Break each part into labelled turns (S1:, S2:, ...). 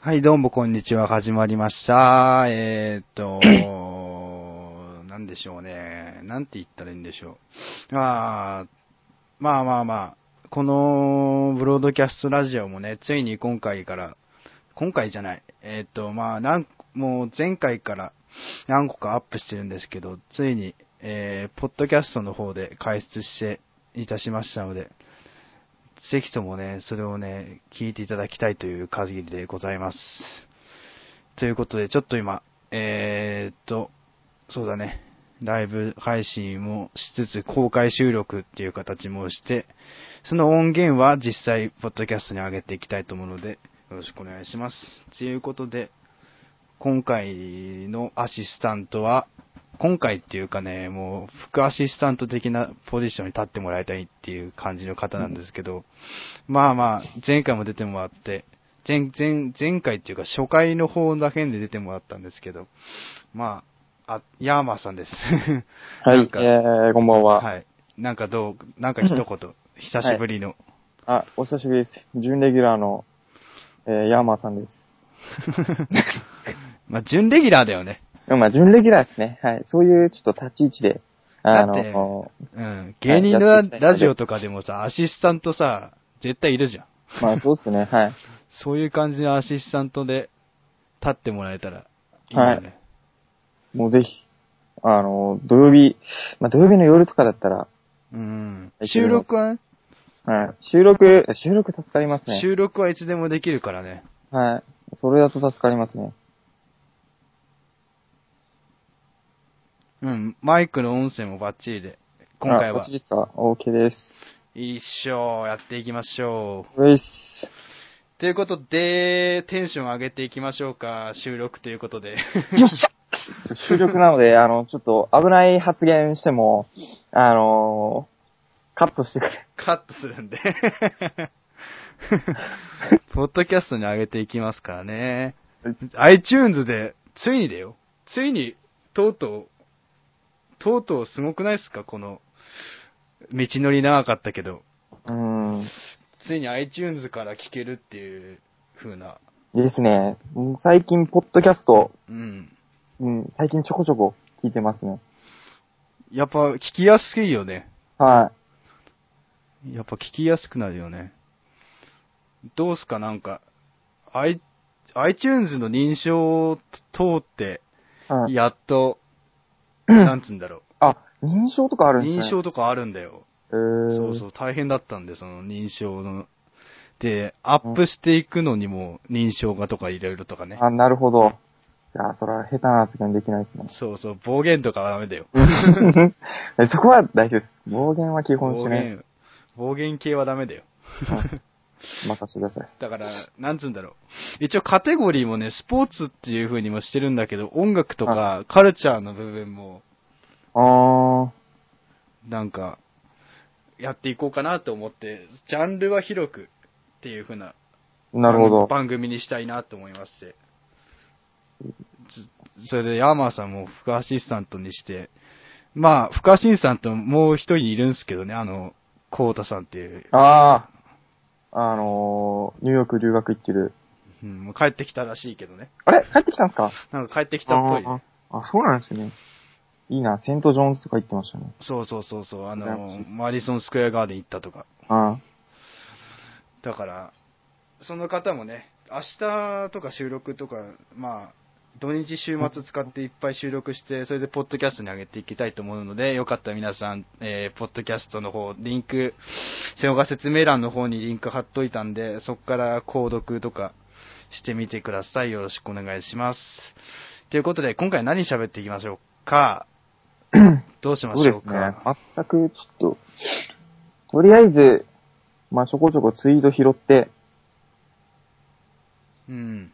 S1: はい、どうもこんにちは。始まりました。えーっと、なんでしょうね。なんて言ったらいいんでしょう。あーまあまあまあ、このブロードキャストラジオもね、ついに今回から、今回じゃない。えーっと、まあ、なんもう前回から何個かアップしてるんですけど、ついに、えー、ポッドキャストの方で開出していたしましたので、ぜひともね、それをね、聞いていただきたいという限りでございます。ということで、ちょっと今、えー、っと、そうだね、ライブ配信もしつつ、公開収録っていう形もして、その音源は実際、ポッドキャストに上げていきたいと思うので、よろしくお願いします。ということで、今回のアシスタントは、今回っていうかね、もう副アシスタント的なポジションに立ってもらいたいっていう感じの方なんですけど、まあまあ、前回も出てもらって、前、前、前回っていうか初回の方だけで出てもらったんですけど、まあ、あ、ヤーマーさんです。
S2: はい、
S1: なんか
S2: えー、こんばんは。
S1: はい。なんかどう、なんか一言、久しぶりの。
S2: あ、お久しぶりです。準レギュラーの、えー、ヤーマーさんです。
S1: まあ、準レギュラーだよね。
S2: でもまあ、準レギュラーですね。はい。そういうちょっと立ち位置で、あ
S1: だって
S2: の、
S1: うん。芸人の
S2: や
S1: ラ
S2: っていきたい
S1: ラジオとかでもさ、アシスタントさ、絶対いるじゃん。
S2: まあ、そうですね。はい。
S1: そういう感じのアシスタントで立ってもらえたらいいよね。
S2: もうぜひ、あの、土曜日、まあ、土曜日の夜とかだったら、
S1: うん。収録はね、
S2: はい。収録、収録助かりますね。
S1: 収録はいつでもできるからね。
S2: はい。それだと助かりますね。
S1: うん。マイクの音声もバッチリで。今回
S2: あこ
S1: は
S2: っち、ですか ?OK です。
S1: 一生やっていきましょう。
S2: よいし。
S1: ということで、テンション上げていきましょうか。収録ということで。
S2: 収録なので、あの、ちょっと危ない発言しても、あの、カットしてくれ。
S1: カットするんで。 ポッドキャストに上げていきますからね。iTunes で、ついにだよ。ついに、とうとう、とうとうすごくないですかこの、道のり長かったけど、
S2: うん。
S1: ついに iTunes から聞けるっていう風な、
S2: ですね。うん最近、ポッドキャスト、
S1: うん。
S2: うん、最近ちょこちょこ聞いてますね。
S1: やっぱ聞きやすいよね。
S2: は
S1: やっぱ聞きやすくなるよね。どうすかなんか、i、iTunes の認証を通って、
S2: い。はい、
S1: やっと、なんつうんだろ
S2: あ、認証とかあ
S1: う。
S2: るんです
S1: 認
S2: ね。
S1: 証とかあるんだよ。
S2: えー、
S1: そうそう、大変だったんで、その認証の。で、アップしていくのにも認証がとかいろいろとかね。。
S2: あ、なるほど。いや、それは下手な発言できないですね
S1: そうそう、暴言とかはダメだよ。
S2: そこは大丈夫です。暴言は基本し
S1: 暴
S2: ない。
S1: 言、暴言系はダメだよ。
S2: 任せてください。
S1: だから、なんつうんだろう。一応カテゴリーもね、スポーツっていう風にもしてるんだけど、音楽とかカルチャーの部分も、
S2: あー、
S1: なんか、やっていこうかなと思って、ジャンルは広くっていう風な
S2: なるほど。
S1: 番組にしたいなと思いまして。つそれで、ヤーマーさんも副アシスタントにして、まあ、副アシスタントもう一人いるんですけどね、あの、コウタさんっていう、
S2: あー、あのー、ニューヨーク留学行ってる。
S1: うん、もう帰ってきたらしいけどね。
S2: あれ帰ってきたんですか
S1: なんか帰ってきたっぽい。
S2: あーあ、そうなんですね。いいな、セントジョーンズとか行ってましたね。
S1: そうそうそうそう、あ
S2: 羨まし
S1: の
S2: いで、す
S1: マディソンスクエアガーデン行ったとか。
S2: うん。
S1: だから、その方もね、明日とか収録とか、まあ、土日週末使っていっぱい収録して、それでポッドキャストに上げていきたいと思うので、よかったら皆さん、えー、ポッドキャストの方、リンク、瀬尾が説明欄の方にリンク貼っといたんで、そこから購読とかしてみてください。よろしくお願いします。ということで、今回何喋っていきましょう かどうしま
S2: そう
S1: し
S2: で
S1: ょう
S2: すね
S1: か。
S2: 全く、ちょっと、とりあえず、まあ、ちょこちょこツイート拾って
S1: うん。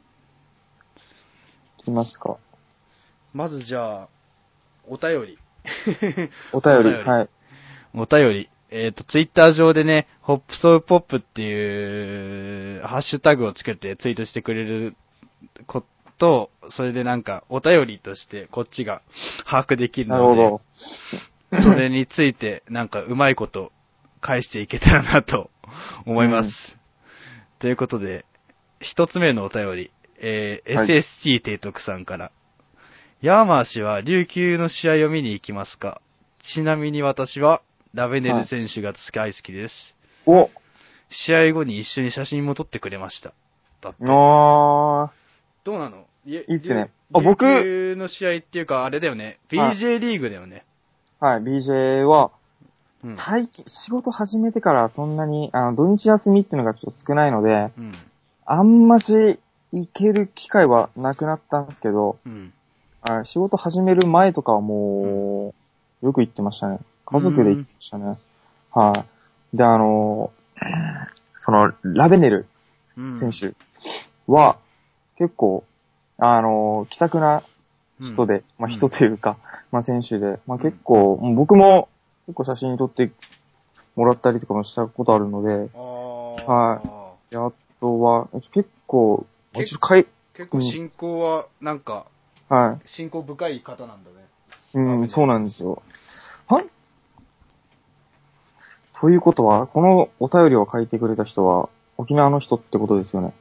S2: きますか。
S1: まずじゃあ、お便り。
S2: お便
S1: お便
S2: り、
S1: り
S2: はい。
S1: お便り。えっ、と、ツイッター上でね、ホップソウポップっていう、ハッシュタグをつけてツイートしてくれること、それでなんか、お便りとして、こっちが把握できる
S2: なるほ
S1: の
S2: ど。
S1: で、それについて、なんか、うまいこと、返していけたらなと思います。
S2: うん
S1: ということで、一つ目のお便り、えー
S2: はい
S1: SST 提督さんから。ヤーマー氏は琉球の試合を見に行きますかちなみに私は、ラベネル選手が大好きです。
S2: お
S1: 試合後に一緒に写真も撮ってくれました。だって
S2: あ
S1: どうなのいい
S2: いっすねあ
S1: 琉
S2: 僕
S1: 球の試合っていうか、あれだよね。
S2: はい
S1: BJ リーグだよね。
S2: ーはい、BJ は、
S1: うん
S2: 最近、仕事始めてからそんなに、あの、土日休みっていうのがちょっと少ないので、
S1: うん。
S2: あんまし行ける機会はなくなったんですけど、
S1: うん。
S2: あ仕事始める前とかはもう、よく行ってましたね。家族で行ってましたね。はい。で、あの、その、ラベネル
S1: うん。
S2: 選手は、結構、あの、気さくな人で、まあ人というか、まあ選手で、まあ結構、もう僕も結構写真撮ってもらったりとかもしたことあるので、
S1: あー
S2: はであとは、結構、
S1: 結
S2: ちょっとかい
S1: 結構信仰は、なんか、
S2: は
S1: 信仰深い方なんだね。
S2: い。うん、そうなんですよ。はいということは、このお便りを書いてくれた人は、沖縄の人ってことですよね。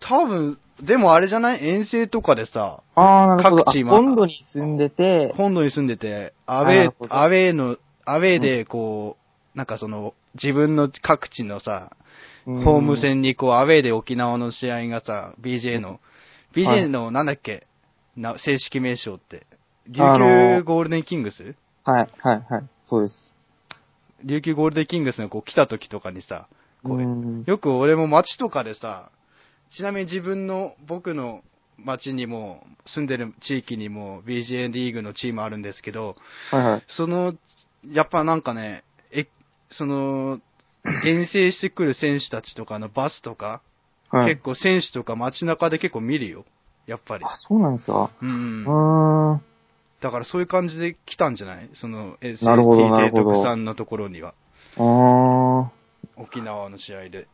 S1: 多分、でもあれじゃない遠征とかでさ、
S2: ああ、なるほど。
S1: 各
S2: あ
S1: チーム
S2: 本土に住んでて、
S1: 本土に住んでて、アウェ
S2: なる
S1: イ
S2: ほ、ど
S1: アウェイの、アウェイでこう、なんかその、自分の各地のさ、
S2: うん
S1: ホーム。戦にこう、アウェイで沖縄の試合がさ、BJ の、
S2: はい
S1: BJ のなんだっけ、な正式名称って。琉
S2: あの
S1: 球ゴールデンキングス
S2: はい、はい、はい。そうです。
S1: 琉球ゴールデンキングスがこう来た時とかにさ、こう
S2: うん
S1: よく俺も街とかでさ、ちなみに自分の、僕の街にも、住んでる地域にも BJ リーグのチームあるんですけど、
S2: はい、はい。
S1: その、やっぱなんかね、え、その、遠征してくる選手たちとかのバスとか、
S2: はい、
S1: 結構選手とか街中で結構見るよ。やっぱり。
S2: あ、そうなんですか。
S1: う。
S2: うんーん。
S1: だからそういう感じで来たんじゃないその、え、
S2: なるほどなる
S1: SST
S2: ほど
S1: 徳さんのところには。
S2: あ
S1: 沖縄の試合で。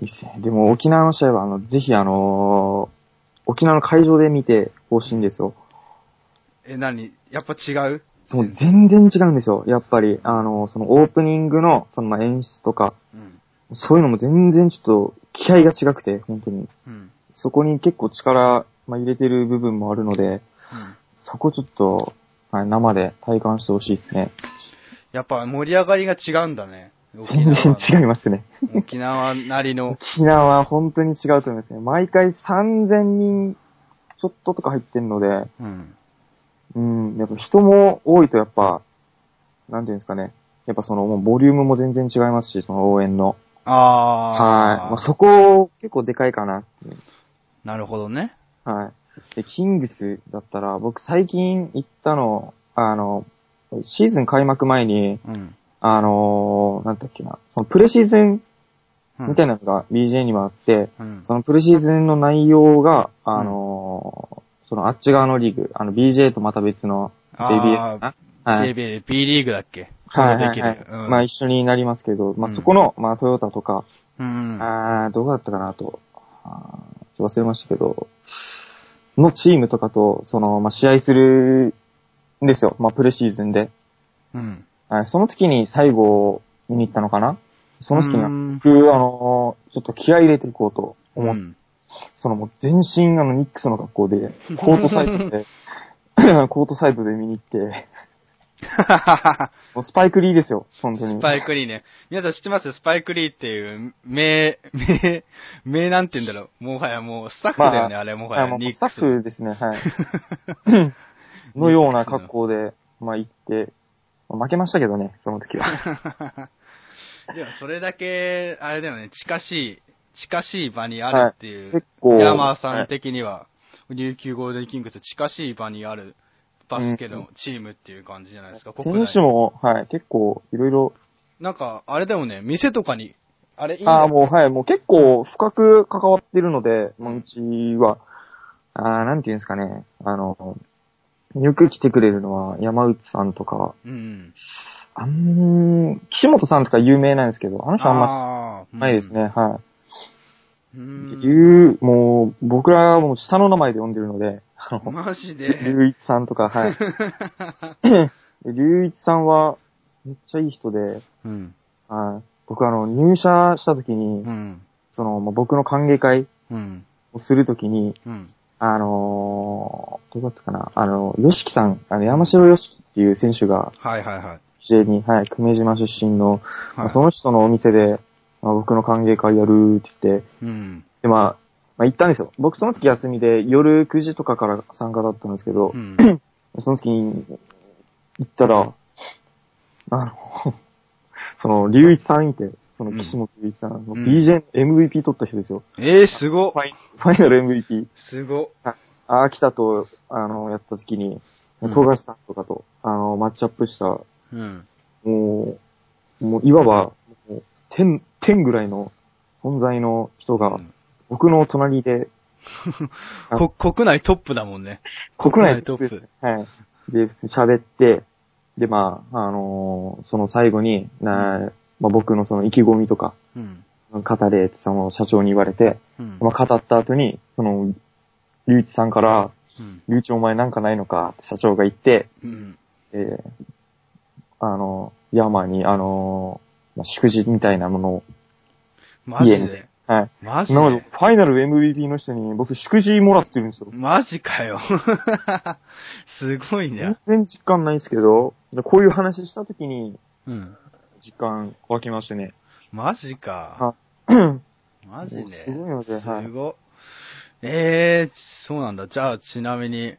S2: ーいいっすね。でも沖縄の試合は、あの、ぜひあのー沖縄の会場で見てほしいんですよ。
S1: え、何やっぱ違う
S2: そう、全然違うんですよ。やっぱり、あのーそのオープニングの、そのまあ演出とか、
S1: うん。
S2: そういうのも全然ちょっと気合が違くて、本当に。
S1: うん。うん。
S2: そこに結構力、まあ、入れてる部分もあるので、そこちょっと、はい、生で体感してほしいですね。
S1: やっぱ盛り上がりが違うんだね。沖
S2: 全然
S1: 縄
S2: 違いますね。
S1: の。沖縄なりの。
S2: 沖縄は本当に違うと思いますね。毎回3000人ちょっととか入ってるので、
S1: うん。
S2: うん、やっぱ人も多いとやっぱ、なんていうんですかね。やっぱその、もうボリュームも全然違いますし、その応援の。はい。
S1: あー。
S2: まあ、そこ、結構でかいかな。
S1: なるほどね。
S2: はい。で、キングスだったら、僕最近行ったの、あの、シーズン開幕前に、
S1: うん。
S2: あのーなんだっけな、そのプレシーズン
S1: うん
S2: みたいなのが BJ にはあって、
S1: うん。
S2: そのプレシーズンの内容が、あのーそのあっち側のリーグ、あの BJ とまた別の JBL
S1: あ
S2: かな。はい。
S1: JBL、B リーグだっけ
S2: はい
S1: で
S2: は
S1: き
S2: い
S1: る
S2: はい、まあ一緒になりますけど、ま
S1: う
S2: あ
S1: ん
S2: そこの、まあトヨタとか、
S1: うん。うん。
S2: あーどこだったかなあと、あーちょっと忘れましたけど、のチームとかと、その、まあ試合するんですよ。まあプレシーズンで。
S1: うん。
S2: はいその時に最後見に行ったのかなその時には、
S1: に
S2: 僕、あのーちょっと気合い入れていこうと思って、そのもう全身あのニックスの格好で、コートサイドで、コートサイドで見に行って、もうスパイクリーですよ、本当 に。
S1: スパイクリーね。皆さん知ってますスパイクリーっていう、名、名、名なんて言うんだろう。もはやもうスタッフだよね、
S2: まあ
S1: あれもは
S2: はい、
S1: や。
S2: もう
S1: ニッ
S2: スタ
S1: ク
S2: ッ
S1: ス。
S2: フです ね、はい。のような格好で、まあ行って、まあ負けましたけどね、その時は。
S1: でもそれだけ、あれだよね、近しい、近しい場にあるっていう、
S2: 結構
S1: ヤマーさん的には、琉球ゴールデンキングスと近しい場にあるバスケのチームっていう感じじゃないですか、国
S2: 選
S1: 内
S2: 手。も、はい、結構いろいろ、
S1: なんか、あれだよね、店とかに、あれいいんだ
S2: あ
S1: よ
S2: あ、もうはい、もう結構深く関わってるので、まあうちは、ああ、なんていうんですかね、あの、よく来てくれるのは山内さんとか、
S1: うん。
S2: あん、岸本さんとか有名なんですけど、あの人あんま
S1: ああ、
S2: ないですね、は
S1: う
S2: い。
S1: ん。
S2: いう、もう、僕らはもう下の名前で呼んでるので、あの、
S1: マジで。
S2: 龍一さんとか、はい。で龍一さんは、めっちゃいい人で、
S1: うん。
S2: はい。僕あの、入社した時に、
S1: うん。
S2: その、まあ僕の歓迎会
S1: うん。
S2: をするときに、
S1: うん。
S2: あのー、どうだったかな、あの、ヨシキさん、あの、山城ヨシキっていう選手が、
S1: はいはいはい。
S2: 非常に、はい、久米島出身の、まあ
S1: はい、
S2: その人のお店で、まあ僕の歓迎会やるって言って、
S1: うん。
S2: で、まあ、まあ、行ったんですよ。僕その月休みで夜9時とかから参加だったんですけど
S1: う、ん。
S2: その時に行ったら、あの、 その、龍一さんいて、その岸本龍一さん、
S1: ん
S2: BJ の MVP 取った人ですよ。
S1: えー、すごっ
S2: ファイファイナル MVP。
S1: すごっ
S2: あ、秋田と、あの、やった時に、
S1: うん
S2: 東樫さんとかと、あの、マッチアップした、
S1: うん。
S2: もう、もういわば、もう天、天ぐらいの存在の人が、僕の隣で、あ
S1: こ、国内トップだもんね。
S2: 国内
S1: トップ。
S2: はい。で、喋って、で、まあ、あのーその最後に、なまあ、僕のその意気込みとか、
S1: うん。
S2: 語れってその社長に言われて、
S1: うん。
S2: まあ、語った後に、その、龍一さんから、
S1: うん。
S2: 龍一お前なんかないのかって社長が言って、
S1: うん。
S2: えーあの、ヤーマーに、あのーまあ、祝辞みたいなものを、
S1: マジ
S2: い
S1: で
S2: いね。はい。
S1: マジ
S2: なので
S1: で、
S2: ファイナル MVP の人に僕祝辞もらってるんですよ。
S1: マジかよ。 すごいね
S2: 全。然実感ないですけど、でこういう話した時に、
S1: うん。
S2: 実感湧きましたね。
S1: マジか。
S2: あは
S1: マジで。
S2: すごいのではい
S1: すごっええそうなんだ。じゃあ、ちなみに、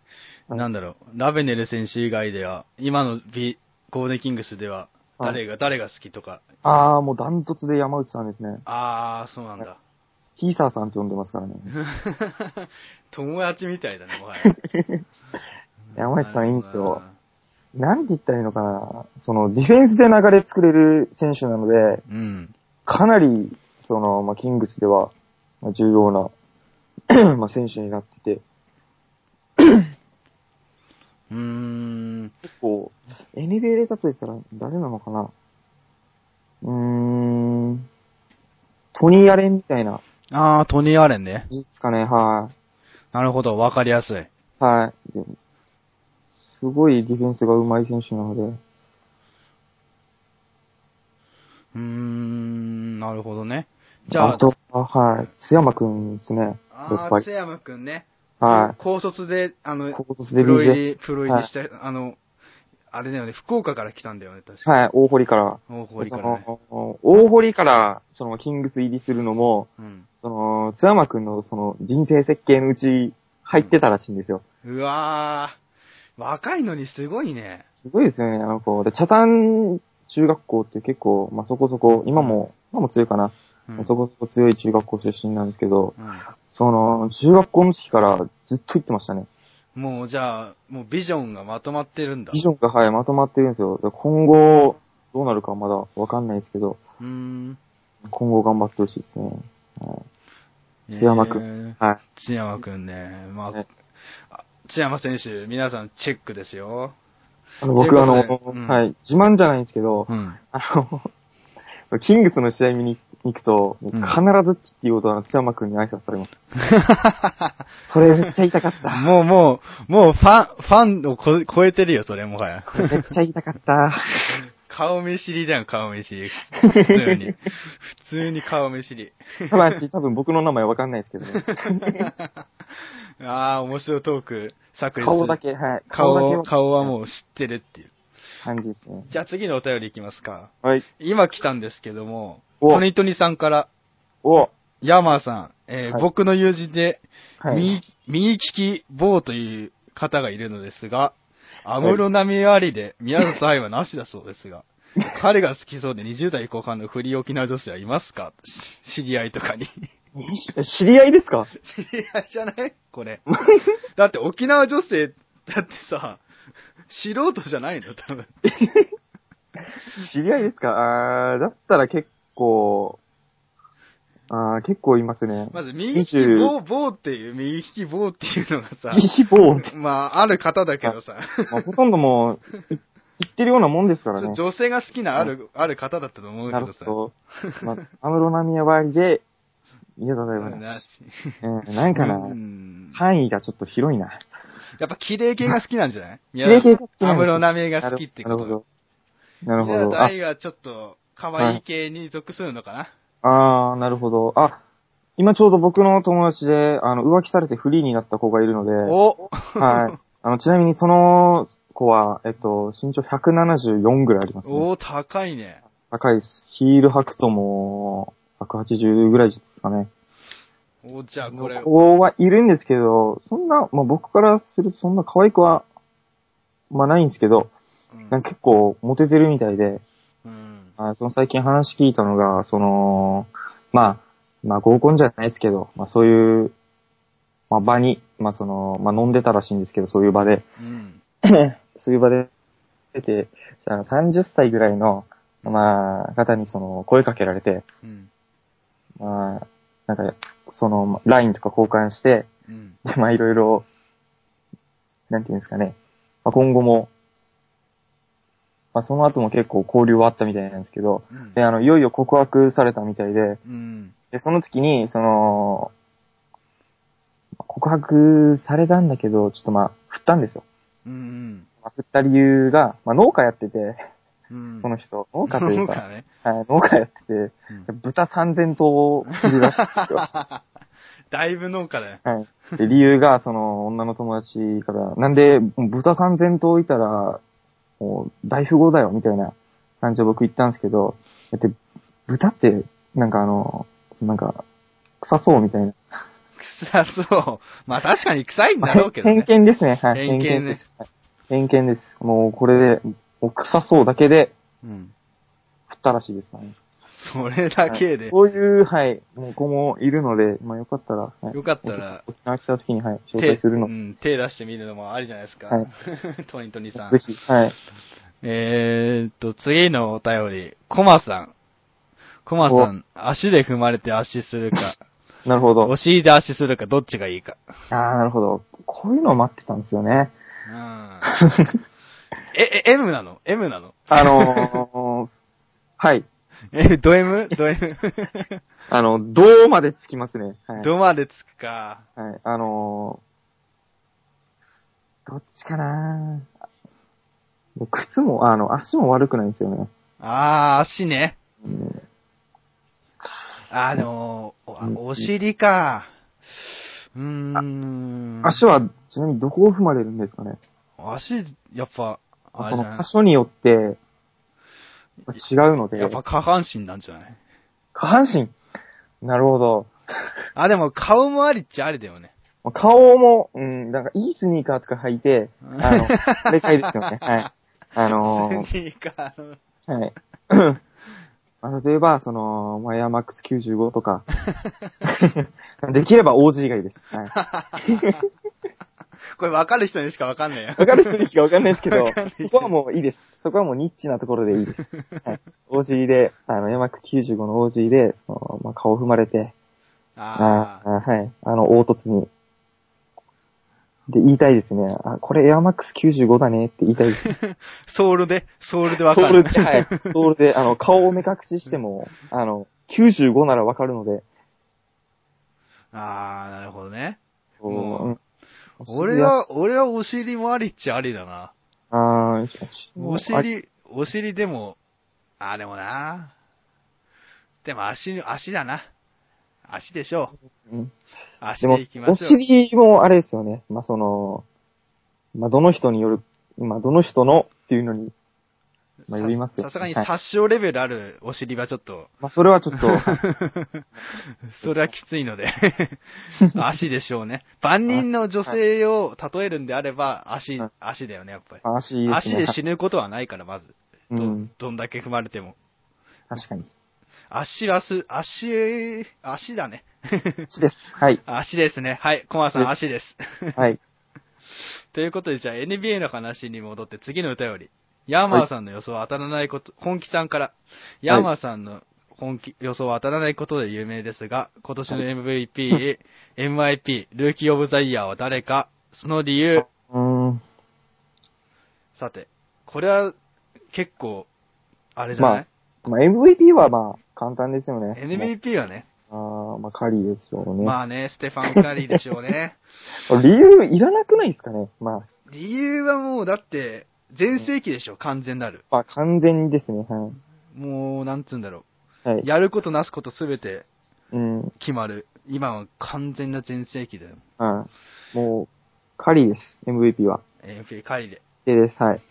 S2: はい
S1: なんだろう、ラベネル選手以外では、今のビコーネキングスでは、
S2: い
S1: 誰が、誰が好きとか。
S2: ああ、もうダントツで山内さんですね。
S1: あー、そうなんだ。
S2: ヒーサーさんって呼んでますか らね。
S1: 友達みたいだね、もはや。
S2: 山内さんいいんですよ
S1: なるほどな。
S2: なんて言ったらいいのかな。その、ディフェンスで流れ作れる選手なので、
S1: うん。
S2: かなり、その、まあ、キングスでは、まあ、重要な、 まあ、選手になってて、
S1: うーん。
S2: 結構、NBA で例えたら誰なのかな。うーん、トニー・アレンみたいな、
S1: あー、トニー・アレンね。
S2: 事実かね、はい。
S1: なるほど、わかりやすい。
S2: はい。でもすごいディフェンスが上手い選手なので、
S1: うーん、なるほどね。じゃあ、
S2: とは、はい。津山くんですね。や
S1: あ
S2: っぱ
S1: ー、
S2: り
S1: 津。山くんね。
S2: は
S1: 高卒で、あの
S2: い。、高卒で
S1: プロ入
S2: BJ。
S1: り、プロ入りした、あの、あれだよね、福岡から来たんだよね、確か。
S2: はい、大堀から。
S1: 大堀からね。
S2: その大堀から、その、キングス入りするのも、
S1: うん。
S2: その、津山くんの、その、人生設計のうち、入ってたらしいんですよ。
S1: うわー、若いのにすごいね。
S2: すごいですよね、あの子。で、茶丹中学校って結構、まあ、そこそこ、今も、今も強いかな。
S1: うん。
S2: そこそこ強い中学校出身なんですけど、
S1: うん
S2: その、中学校の時からずっと行ってましたね。
S1: もう、じゃあ、もうビジョンがまとまってるんだ。
S2: ビジョンが、はい、まとまってるんですよ。で今後、どうなるかまだわかんないですけど、
S1: うーん。
S2: 今後頑張ってほしいですね。はい津山く
S1: ん。
S2: はい。
S1: 津山くんね。まあ
S2: ね、
S1: あ津山選手、皆さんチェックですよ。
S2: あの僕、あ
S1: とい
S2: の
S1: うことでうん、
S2: はい、自慢じゃないんですけど、
S1: うん。
S2: あの、 キングスの試合見に行くと、もう必ずっていうことは津山くんに挨拶されます。これめっちゃ痛かった。
S1: もう、もう、もう、ファン、ファンをこ超えてるよ、それもはや。
S2: これめっちゃ痛 かった。
S1: 顔見知りだよ、顔見知り。普通に。普通に顔見 知り。
S2: ただし、多分僕の名前わかんないですけどね。
S1: ああ、面白いトーク、作立
S2: 顔だ。け、はい。
S1: 顔、
S2: だけ
S1: 顔はもう知ってるっていう。
S2: 感じですね。
S1: じゃあ次のお便りいきますか。
S2: はい。
S1: 今来たんですけども、
S2: お
S1: トニトニさんから、
S2: お
S1: ヤーマーさん、えー
S2: はい
S1: 僕の友人で、
S2: はい。
S1: 右、右利き棒という方がいるのですが、アムロナミありで、宮里愛はなしだそうです が、彼が好きそうで20代後半のフリー沖縄女子はいますかし知り合いとかに。
S2: 知り合いですか
S1: 知り合いじゃないこれ。 だって沖縄女性、だってさ、素人じゃないの多分。
S2: 知り合いですかあーだったら結構、あー結構いますね。
S1: まず、右利き
S2: 20
S1: 棒、棒っていう、右利き棒っていうのが さ、
S2: 希望って、
S1: まあ、ある方だけどさ、
S2: まあ、ほとんどもう、い言ってるようなもんですから
S1: ちょ
S2: ね
S1: っと。女性が好きなある、ある方だったと思うけ
S2: なる
S1: どさ、
S2: ほど。まあ、アムロナミヤバりで、嫌だね。
S1: なし。
S2: うん、なんかな、
S1: うん
S2: 範囲がちょっと広いな。
S1: やっぱ綺麗系が好きなんじゃない綺
S2: 麗系が好きなんだ
S1: アムロナミが好きってこ
S2: なるほ
S1: と。
S2: ど。なるほど。あ
S1: ダイはちょっと、可愛い系に属するのかな、
S2: あー、なるほど。あ、今ちょうど僕の友達で、あの、浮気されてフリーになった子がいるので、
S1: お
S2: はい。あの、ちなみにその子は、えっと、身長174ぐらいあります、ね。
S1: おー、高いね。
S2: 高いです。ヒール履くとも、180ぐらいですかね。
S1: おーじゃあこれ、
S2: 子はいるんですけど、そんな、まあ、僕からするとそんな可愛くは、まあ、ないんですけど、
S1: うん
S2: なんか結構モテてるみたいで、
S1: うん。
S2: あその最近話聞いたのが、その、まあ、まあ合コンじゃないですけど、まあそういう、まあ場に、まあその、まあ飲んでたらしいんですけど、そういう場で、
S1: うん。
S2: そういう場で出て、あの30歳ぐらいの、まあ、方にその、声かけられて、
S1: うん。
S2: まあ、なんか、その、LINE とか交換して、
S1: うん。
S2: でまあいろいろ、なんていうんですかね、まあ今後も、まあその後も結構交流はあったみたいなんですけど、
S1: うん
S2: で、あの、いよいよ告白されたみたいで、
S1: うん。
S2: で、その時に、その、告白されたんだけど、ちょっとまあ、振ったんですよ。
S1: うん。
S2: まあ振った理由が、まあ、農家やってて、
S1: うん。
S2: この
S1: 人
S2: 人、農家というか、
S1: ね。
S2: はい、農家やって
S1: うん
S2: て、豚3000頭を売り出したんですよ。
S1: だいぶ農家だよ。
S2: はい。で、理由が、その、女の友達から、なんで、もう豚3000頭いたら、もう、大富豪だよ、みたいな感じで僕言ったんですけど、だって、豚って、なんかあの、なんか、臭そうみたいな。
S1: 臭そう。まあ確かに臭いんだろうけどね。
S2: 偏見ですね。はい。
S1: 偏見ね
S2: です。はい偏見です。もう、これで、もう臭そうだけで、
S1: うん。
S2: 振ったらしいですからね。
S1: それだけ
S2: はい
S1: で。
S2: そういう、はい、もう子もいるので、まあよかったら、はい。
S1: よかったら、
S2: 沖縄来た時に、はい、紹
S1: 手、
S2: 介するの
S1: う
S2: で、
S1: ん、手出してみるのもありじゃないですか
S2: はい。
S1: トニトニさん
S2: ぜ。ひ、はい。
S1: えーっと、次のお便り、コマさん。コマさん、足で踏まれて圧死するか、
S2: なるほど。
S1: お尻で圧死するか、どっちがいいか。
S2: ああ、なるほど。こういうのを待ってたんです よね。
S1: うん。え、え、M なの ?M なの
S2: あのー、はい。
S1: え、ド M? ド M?
S2: あの、銅までつきますね。はい。
S1: どまでつくか。
S2: はい。あのー、どっちかなもう靴も、あの、足も悪くないんですよね。
S1: あー、足ね。
S2: うん
S1: あー、でも、おあお尻か。うーん。
S2: 足は、ちなみにどこを踏まれるんですかね
S1: 足、やっぱ、あ
S2: そ
S1: れじ
S2: の
S1: ゃない
S2: 箇所によって、違うので
S1: やっ、ぱ下半身なんじゃない
S2: 下半身。なるほど。
S1: あ、でも顔もありっちゃありだよね。
S2: まあ顔も、うん、なんかいいスニーカーとか履 いて、あの、あれたいですよね。はい。あのー、
S1: スニーカーの。
S2: はい。まあ例えば、その、マイヤーマックス95とか、 できれば OG がいいです。はい。
S1: これ分かる人にしか分かんないよ。
S2: わかる人にしかわかんないですけど
S1: わかんない、
S2: そこはもういいです。そこはもうニッチなところでいいです。はい、OG で、あの、ヤマック95の OG で、そのまあ、顔踏まれて、あ
S1: あ
S2: あはい、あの、凹凸に。で、言いたいですね。あ、これエアマックス95だねって言いたいです。
S1: あ。ソールで、ソールで分
S2: ソ
S1: か
S2: ー
S1: る。
S2: ルで、はい。ソールで、あの、顔を目隠ししても、あの、95ならわかるので、
S1: ああ、なるほどね。
S2: こ
S1: もう
S2: うん
S1: 俺は、、俺はお尻もありっちゃありだな。
S2: あー
S1: お
S2: あれ
S1: 尻、お尻でも、ああ、でもな。でも足の、足だな。足でしょう。
S2: うん
S1: 足
S2: でも
S1: で行き、ま
S2: お
S1: しょう。
S2: 尻もあれですよね。まあ、その、まあ、どの人による、まあ、どの人のっていうのに、まあ、よります
S1: さ
S2: よ。
S1: さすがに
S2: はい、
S1: 殺傷レベルあるお尻はちょっと、
S2: まあ、それはち ょっと、
S1: それはきついので、足でしょうね。万人の女性を例えるんであれば、足
S2: はい、
S1: 足だよね、やっぱり。
S2: まあ足ですね。
S1: 足で死ぬことはないから、まず。
S2: う
S1: ど
S2: ん、、
S1: どんだけ踏まれても。
S2: 確かに。
S1: 足はす、足、足だね。
S2: 足です。はい。
S1: 足ですね。はい、コマさん、足です。
S2: はい。
S1: ということで、じゃあ NBA の話に戻って次の歌より、ヤーマーさんの予想は当たらないこと、本気さんから、ヤーマーさんの本気、予想は当たらないことで有名ですが、今年の MVP、MIP、ルーキーオブザイヤーは誰か、その理由、
S2: うーん。
S1: さて、これは結構、あれじゃない、
S2: まあ、MVP はまあ、簡単ですよね。
S1: ?MVP はね、
S2: ああ、まあ、カリーですよね。
S1: まあね、ステファン・カリーでしょう ね。
S2: 理由いらなくないですかね。まあ、
S1: 理由はもう、だって、全盛期でしょ、完全なる。
S2: まあ、完全にですね。は
S1: もう、なんつうんだろ
S2: い。は
S1: う。
S2: い。
S1: やることなすことすべて
S2: うん。
S1: 決まる。今は完全な全盛期だよ。
S2: うん。もう、カリーです。MVP は。
S1: MP、カリで。
S2: でです。はい。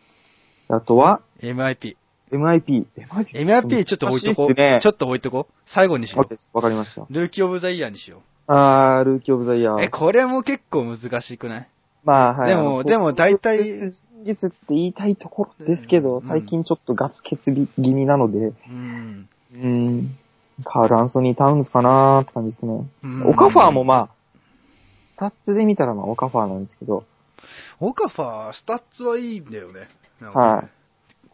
S2: あとは、
S1: MIP。
S2: MIP。
S1: MIP ちょっと置いとこう。
S2: 難しいっすね
S1: ちょっと置いとこう。最後にしよ
S2: わかわかりました。
S1: う。ルーキーオブザイヤーにしよ
S2: あー、ルーキーオブザイヤ
S1: う。え、
S2: ー。
S1: これも結構難しくない
S2: まあ、はい。
S1: でも
S2: あの
S1: でも大体
S2: トップ実って言いたいところですけど、
S1: うん
S2: 最近ちょっとガス欠気味なので、
S1: うん。
S2: うーん、カール・アンソニー・タウンズかなーって感じですね。
S1: うん
S2: オカファーもまあ、スタッツで見たらまあオカファーなんですけど、
S1: オカファー、スタッツはいいんだよね。なんか
S2: はい。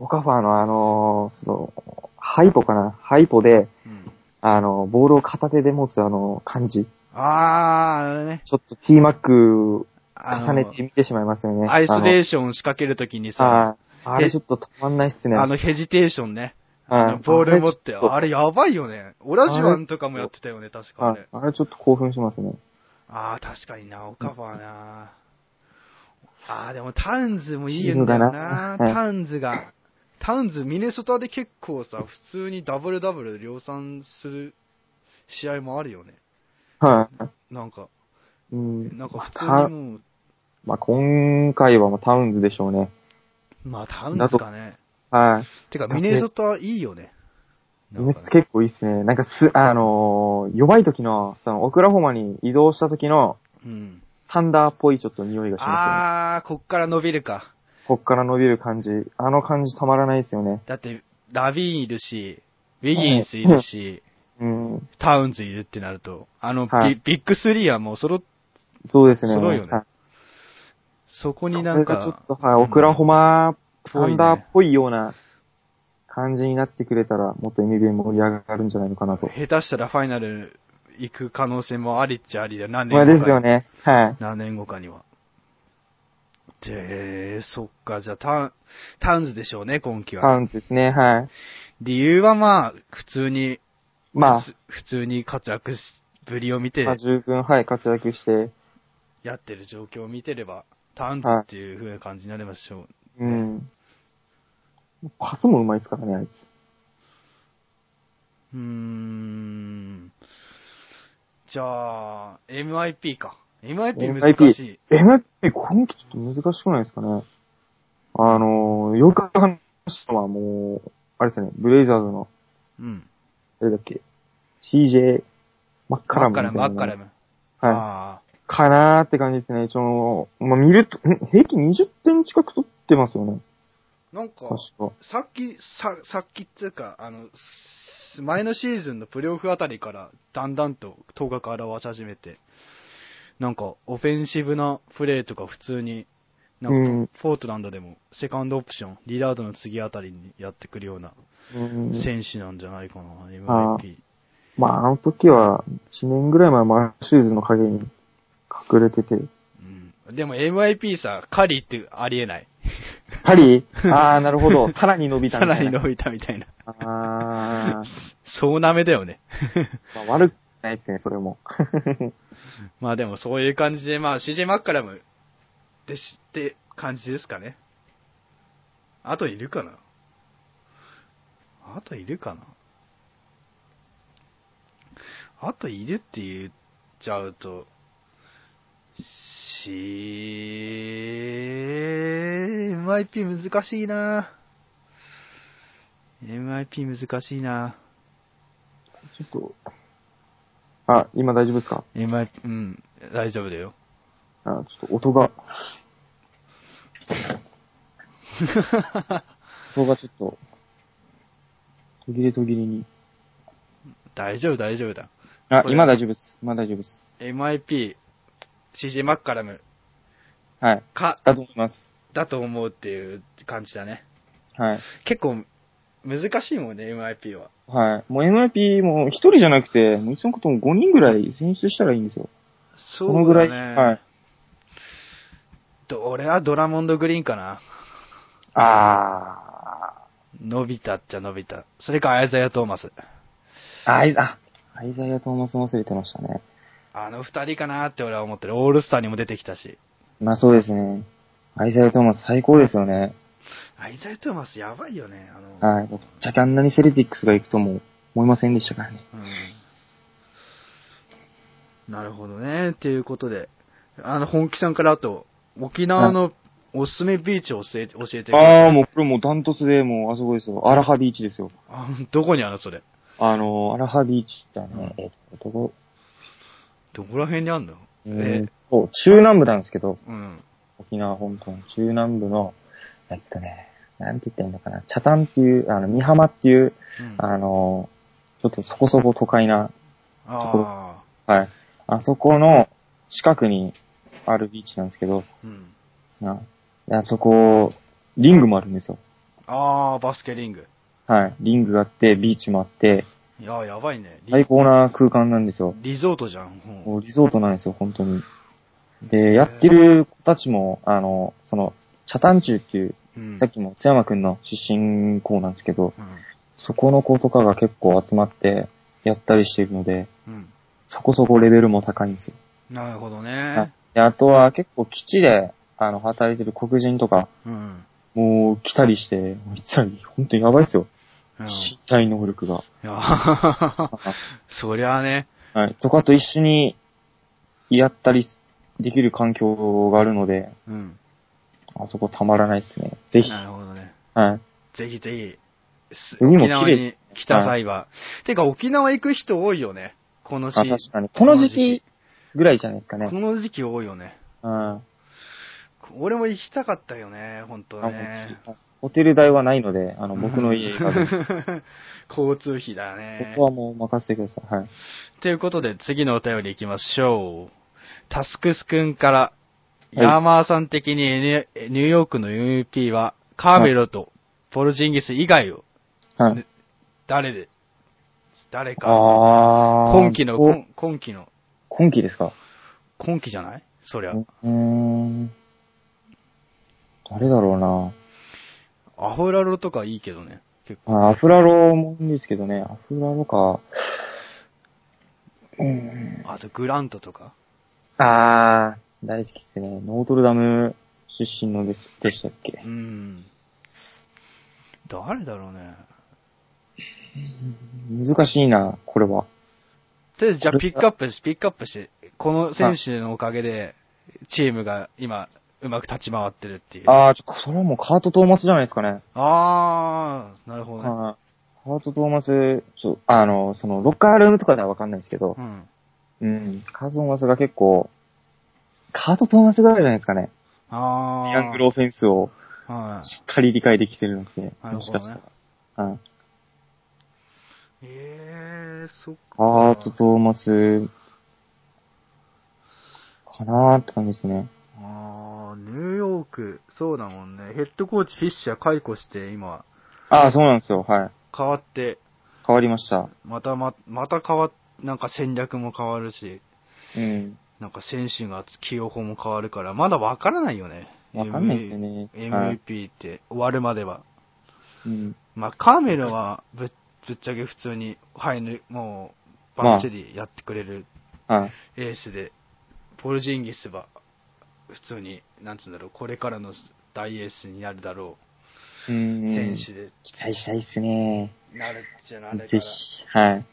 S2: オカファーのあのーその、ハイポかなハイポで、
S1: うん
S2: あの、ボールを片手で持つあの、感じ。
S1: あー、あれね。
S2: ちょっとティーマック
S1: あ
S2: 重ねて
S1: の、
S2: 見てしまいますよね。
S1: アイスデーション仕掛けるときに
S2: あの
S1: さ、
S2: あーあれちょっとたまんないっすね。
S1: あのヘジテーションね。
S2: はい
S1: あのボール持って、
S2: あれちょっと
S1: あれやばいよね。オラジワンとかもやってたよね、確か
S2: はい
S1: ね。
S2: あれちょっと興奮しますね。
S1: ああ、確かにな、オカファーな。ああ、でもタウンズもいい
S2: チー
S1: ん
S2: ム
S1: だ
S2: が
S1: よ
S2: な
S1: な、
S2: はい
S1: タウンズが。タウンズ、ミネソタで結構さ、普通にダブルダブル量産する試合もあるよね。
S2: はい。
S1: なんか、
S2: うん。
S1: なんか普通
S2: まあ
S1: にもう、
S2: まあ、今回はもうタウンズでしょうね。
S1: まあタウンズかね。
S2: はい。
S1: てか、ミネソタいいよね。な
S2: ミ
S1: ん
S2: ネ
S1: か
S2: ス
S1: ね
S2: 結構いいっすね。なんかす、あのー弱い時の、その、オクラホマに移動した時の、
S1: うん。
S2: サンダーっぽいちょっと匂いがしますね。
S1: ああ、こっから伸びるか。
S2: こっから伸びる感じ。あの感じたまらないですよね。
S1: だって、ラビーンいるし、ウィギンスいるし、
S2: うん。
S1: タウンズいるってなると、あの、ビ
S2: はい
S1: ビッグスリーはもうそろ、
S2: そうですね。
S1: すごいよね
S2: は
S1: そこ
S2: い
S1: になん
S2: これがちょ
S1: か、
S2: っと、はい、オクラホマ、
S1: ぽ
S2: サ
S1: いね
S2: ンダーっぽいような感じになってくれたら、もっと NBA 盛り上がるんじゃないのかなと。
S1: 下手したらファイナル行く可能性もありっちゃありだよ。何年
S2: まあ
S1: 後かに。
S2: ですよね。はい。
S1: 何年後かには。で、そっか、じゃあタウン、タウンズでしょうね、今季
S2: タ
S1: は。
S2: ウンズですね、はい。
S1: 理由はまあ、普通に、
S2: まあ
S1: 普、通普通に活躍し、ぶりを見て
S2: まあ、十分、はい、活躍して、
S1: やってる状況を見てれば、ターンズっていう風な感じになれましょう。
S2: うん。パスもうまいですからね、あいつ。
S1: うーん。じゃあ、MIP か。MIP 難しい。
S2: MIP、今季ちょっと難しくないですかね。あのー、よく話したのはもう、あれですね、ブレイザーズの、
S1: うん。
S2: あれだっけ、CJ、真っ赤
S1: マ
S2: ラ
S1: ッ
S2: ム
S1: カ
S2: みた
S1: ラ
S2: い
S1: ム、マッカラム。
S2: な。はい。
S1: あ
S2: かなーって感じですね。一応、まあ、見ると、ん平均20点近く取ってますよね。
S1: あ。なんか
S2: 確、か。
S1: さっき、さ、さっきっていうか、あの、す前のシーズンのプレオフあたりから、だんだんと頭角を現し始めて、なんか、オフェンシブなプレーとか普通に、な
S2: うんん
S1: か、フォートランドでも、セカンドオプション、リラードの次あたりにやってくるような
S2: うん。
S1: 選手なんじゃないかな、
S2: あ
S1: MVP。
S2: まあ、あの時は、1年ぐらい前、マルシューズの影に隠れて て。
S1: うんでも MIP さ、カリーってありえない。
S2: パリああ、なるほど。さらに伸びた
S1: さ
S2: みたいな。
S1: らに伸びたみたいな。
S2: あー
S1: そうなめだよね。
S2: まあ、悪くないですね、それも。
S1: まあでもそういう感じで、まあ CJ マッカラムでしって感じですかね。あといるかなあといるかなあといるって言っちゃうと、し MIP 難しいな MIP 難しいな
S2: ちょっと。あ、今大丈夫ですか
S1: MIP、うん、大丈夫だよ。
S2: あちょっと音が、音がちょっと、途切れ途切れに。
S1: 大丈夫、大丈夫だ。
S2: あ、
S1: これ
S2: 今大丈夫です。今大丈夫です。
S1: MIP、CJ マッカラム、
S2: はい。
S1: か、
S2: だと思います。
S1: だと思うっていう感じだね。
S2: はい。
S1: 結構、難しいもんね、MIP は。
S2: はい。もう MIP も一人じゃなくて、もういっそのことも5人ぐらい選出したらいいんですよ。
S1: そ
S2: このぐらい。はい。
S1: ど俺はドラモンド・グリーンかな。
S2: あ
S1: 伸びたっちゃ伸びた。それか、アイザヤ・トーマス。
S2: ー。あ、アイザ、あアイザイア・トーマス忘れてましたね。
S1: あの二人かなって俺は思ってる。オールスターにも出てきたし。
S2: まあそうですね。アイザイア・トーマス最高ですよね。
S1: アイザヤ・トーマスやばいよね。あの、
S2: はい。ぶっちゃけあんなにセレティックスが行くとも思いませんでしたからね。
S1: うん。なるほどね。っていうことで、あの、本気さんからあと、沖縄のおすすめビーチを教えて、教えてください
S2: ああ、もうこれもうダントツで、もうあそこですよ。アラハビーチですよ。
S1: あどこにあるのそれ。
S2: あの、アラハビーチってあの、
S1: うん
S2: えっと、どこ、
S1: どこら辺にあるの
S2: え
S1: え
S2: ーと、中南部なんですけど、
S1: うん。
S2: 沖縄本島の中南部の、えっとね、なんて言ったらいいのかな、北谷っていう、あの、美浜っていう、
S1: うん
S2: あの、ちょっとそこそこ都会な、
S1: ああ。
S2: はい。あそこの近くにあるビーチなんですけど、
S1: うん。
S2: なあそこ、リングもあるんですよ。
S1: ああ、バスケリング。
S2: はい。リングがあって、ビーチもあって、
S1: いやー、やばいね。リ
S2: 最高な空間なんですよ。
S1: リゾートじゃん。うん
S2: もうリゾートなんですよ、本当に。で、やってる子たちも、あの、その、茶炭中っていう、
S1: うん
S2: さっきも津山くんの出身校なんですけど、
S1: うん
S2: そこの子とかが結構集まってやったりしているので、
S1: うん。
S2: そこそこレベルも高いんですよ。
S1: なるほど
S2: はい
S1: ね。
S2: であとは結構基地で、あの、働いてる黒人とか、
S1: うん。
S2: もう来たりして、もういつら本当にやばいですよ。
S1: うん。い
S2: 身体能力が。
S1: や そりゃあね。
S2: はい。とかと一緒にやったりできる環境があるので、
S1: うん。
S2: あそこたまらないですね。ぜひ。
S1: なるほどね。
S2: はい。
S1: ぜひぜひ、す
S2: 海も
S1: 沖縄
S2: 綺麗
S1: に来た際は。てか、沖縄行く人多いよね。この
S2: あ、
S1: シー
S2: 確かに。この時期ぐらいじゃないですか
S1: こ
S2: ね。
S1: の時期多いよね。
S2: うん。
S1: 俺も行きたかったよね、本当
S2: あ
S1: ね。
S2: もうホテル代はないので、あの、僕の家がある。
S1: 交通費だ
S2: こ
S1: ね
S2: こ。はもう任せてください。はい。
S1: ということで、次のお便り行きましょう。タスクスくんから、
S2: い
S1: ヤーマーさん的にニュニューヨークの MVP は、カーベロとポルジンギス以外を、
S2: はい。
S1: 誰で、誰か、
S2: あー。
S1: 今季の、
S2: こ
S1: 今今季の、
S2: 今季ですか
S1: 今季じゃないそりゃ。
S2: うーん。誰だろうな。
S1: アホラロとかいいけどね。結構。
S2: あアフラロもいいんですけどね、アフラロか。うん。
S1: あと、グラントとか。
S2: あー、大好きですね。ノートルダム出身のです、でしたっけ
S1: うん。誰だろうね。
S2: 難しいな、これは。
S1: とりあえず、じゃあ、
S2: こ
S1: ピ
S2: れ
S1: ックアップし、ピックアップして、この選手のおかげで、チームが今、うまく立ち回ってるっていう。
S2: あー、ちょ、それはもうカート・トーマスじゃないですかね。
S1: あー、なるほどね。
S2: はいカート・トーマス、ちょ、あの、その、ロッカールームとかではわかんないですけど
S1: う、ん。
S2: うん、カート・トーマスが結構、カート・トーマスがあるじゃないですかね。
S1: あー。
S2: ヤングルオフェンスを
S1: は
S2: しっかり理解できてるので、
S1: い。なる
S2: もし
S1: ほ
S2: か
S1: ど
S2: した
S1: ね
S2: ら。。うん。
S1: えー、そっか。
S2: カート・トーマス、かなーって感じですね。
S1: あー、ニューヨーク、そうだもんね。ヘッドコーチフィッシャー解雇して、今、
S2: ああ、そうなんですよ。はい。
S1: 変わって、
S2: 変わりました。
S1: またま、また変わっ、なんか戦略も変わるし、
S2: うん。
S1: なんか選手が起用法も変わるから、まだわからないよね。
S2: わかんないですよね。
S1: MV
S2: はい。
S1: MVP って終わるまでは。
S2: うん。
S1: まあ、カーメルはぶっぶっちゃけ普通に、はい、ぬもう、バッチリやってくれる
S2: はい。
S1: エースで、ポルジンギスは、普通に、なんつうんだろう、これからの大エースになるだろう、
S2: うん。
S1: 選手で、
S2: 期待したいですね。
S1: なるっちゃなる
S2: ぜ
S1: から。
S2: ひ。はい。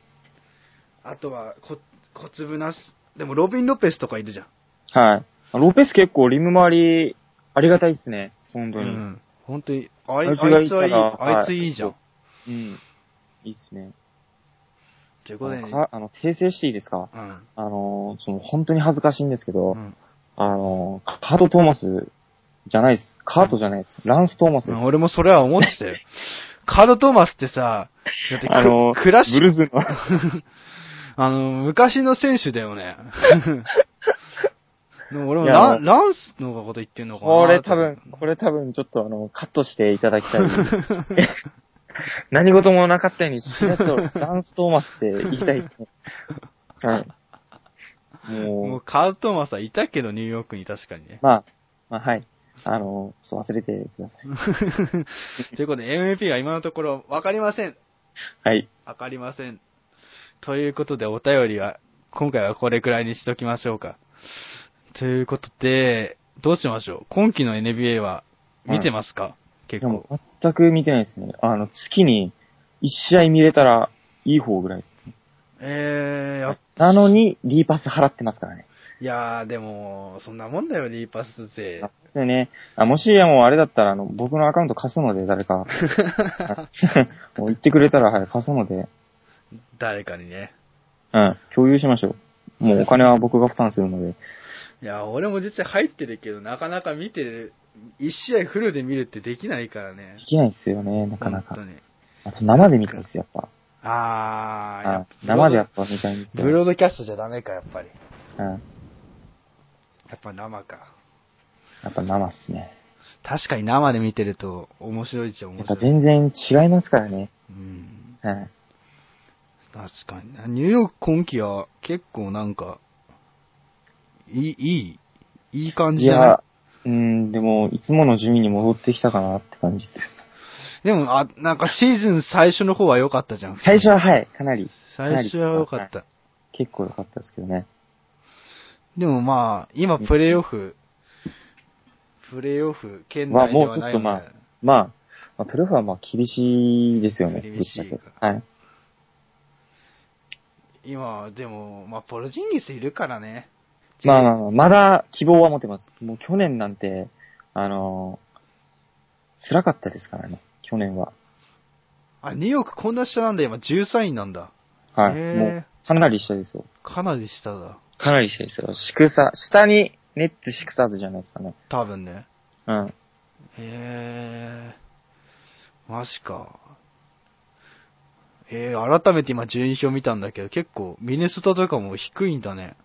S1: あとは、こ、小粒なす、でもロビン・ロペスとかいるじゃん。
S2: はい。ロペス結構リム周り、ありがたいですね。本当
S1: う
S2: に。うん。
S1: ん。本当に、あい
S2: あいつ
S1: あ
S2: が
S1: い
S2: い
S1: つ
S2: た
S1: はいい、
S2: ら
S1: あいついいじゃん。
S2: はうん、いいですね。
S1: という
S2: あ
S1: ことで、
S2: のかあの、訂正していいですか
S1: うん。
S2: あの、その、本当に恥ずかしいんですけど、
S1: うん
S2: あの、カート・トーマスじゃないです。カートじゃないです。ランス・トーマス
S1: う
S2: です
S1: ん。俺もそれは思ってたよ。カード・トーマスってさ、だってク
S2: あの、
S1: クラシッ
S2: ブ
S1: ク、
S2: ルーズの。
S1: あの、昔の選手だよ ね。でも俺も
S2: いや
S1: ラ
S2: あ
S1: ン
S2: の
S1: ランスのこと言ってんのかな
S2: これ多分、これ多分ちょっとあの、カットしていただきたい。 何事もなかったように、しれっとランス・トーマスって言いたいですね。はい。
S1: も
S2: も
S1: う
S2: う、
S1: カード・トーマスはいたけど、ニューヨークに確かに ね。
S2: まあ、まあはい。あの、ちょっと忘れてください。
S1: ということで、MVP は今のところわかりません。
S2: はい。
S1: わかりません。ということで、お便りは、今回はこれくらいにしときましょうか。ということで、どうしましょう今季の NBA は見てますか、結
S2: でも
S1: 構。
S2: 全く見てないですね。あの、月に1試合見れたらいい方ぐらいです。
S1: えー、やっ
S2: なのに、リーパス払ってますからね。
S1: いやー、でも、そんなもんだよ、リーパス勢。
S2: でね、あもしやもうあれだったら、あの、僕のアカウント貸すので、誰か。もう言ってくれたら、はい、貸すので、
S1: 誰かにね。
S2: うん、共有しましょう。もうお金は僕が負担するので。
S1: いやー、俺も実際入ってるけど、なかなか見てる、一試合フルで見るってできないからね
S2: で。きないですよね、なかな
S1: 本当
S2: か。
S1: に。
S2: あと生で見たいです、やっぱ。
S1: あー、や
S2: は
S1: っ
S2: い
S1: ぱ
S2: 生でやっぱ見たいんです
S1: ブ
S2: よ。
S1: ロードキャストじゃダメか、やっぱり。
S2: うん。や
S1: やっぱ生か。
S2: っぱ生っすね。
S1: 確かに生で見てると面白いっちゃ
S2: や
S1: 面
S2: っぱ
S1: 白い。
S2: 全然違いますからね。
S1: うん。
S2: うん。
S1: 確かにな。ニューヨーク今季は結構なんか、いい、いい、いい感じ
S2: い
S1: じゃない
S2: や、うん、でも、いつもの地味に戻ってきたかなって感じです。
S1: でも、あ、なんかシーズン最初の方は良かったじゃん。
S2: 最初ははい、かなり、
S1: 最初は良かっ
S2: かな
S1: た。
S2: 結構良かったですけどね。
S1: でもまあ、今プレイオフ、プレイオフ圏
S2: まあ
S1: 内で
S2: もう
S1: は
S2: ちょ
S1: な
S2: っ
S1: い
S2: と
S1: ので、
S2: まあ、まあ、まあ、プレーオフはまあ厳しいですよね。
S1: 厳しい
S2: ぶっちゃけはい。
S1: 今、でも、まあ、ポルジンギスいるからね。
S2: まあまあまあ、まだ希望は持てます。もう去年なんて、あのー辛かったですからね、去年は。
S1: あ、ニューヨークこんな下なんだ、今13位なんだ。
S2: はい。
S1: へー
S2: もう、かなり下ですよ。
S1: かなり下だ。
S2: かなり下ですよ。シクサ、下に、ネッツシクサーズじゃないですかね。
S1: 多分ね。
S2: うん。
S1: へえー。マジか。えー、改めて今順位表見たんだけど、結構、ミネソタとかも低いんだね。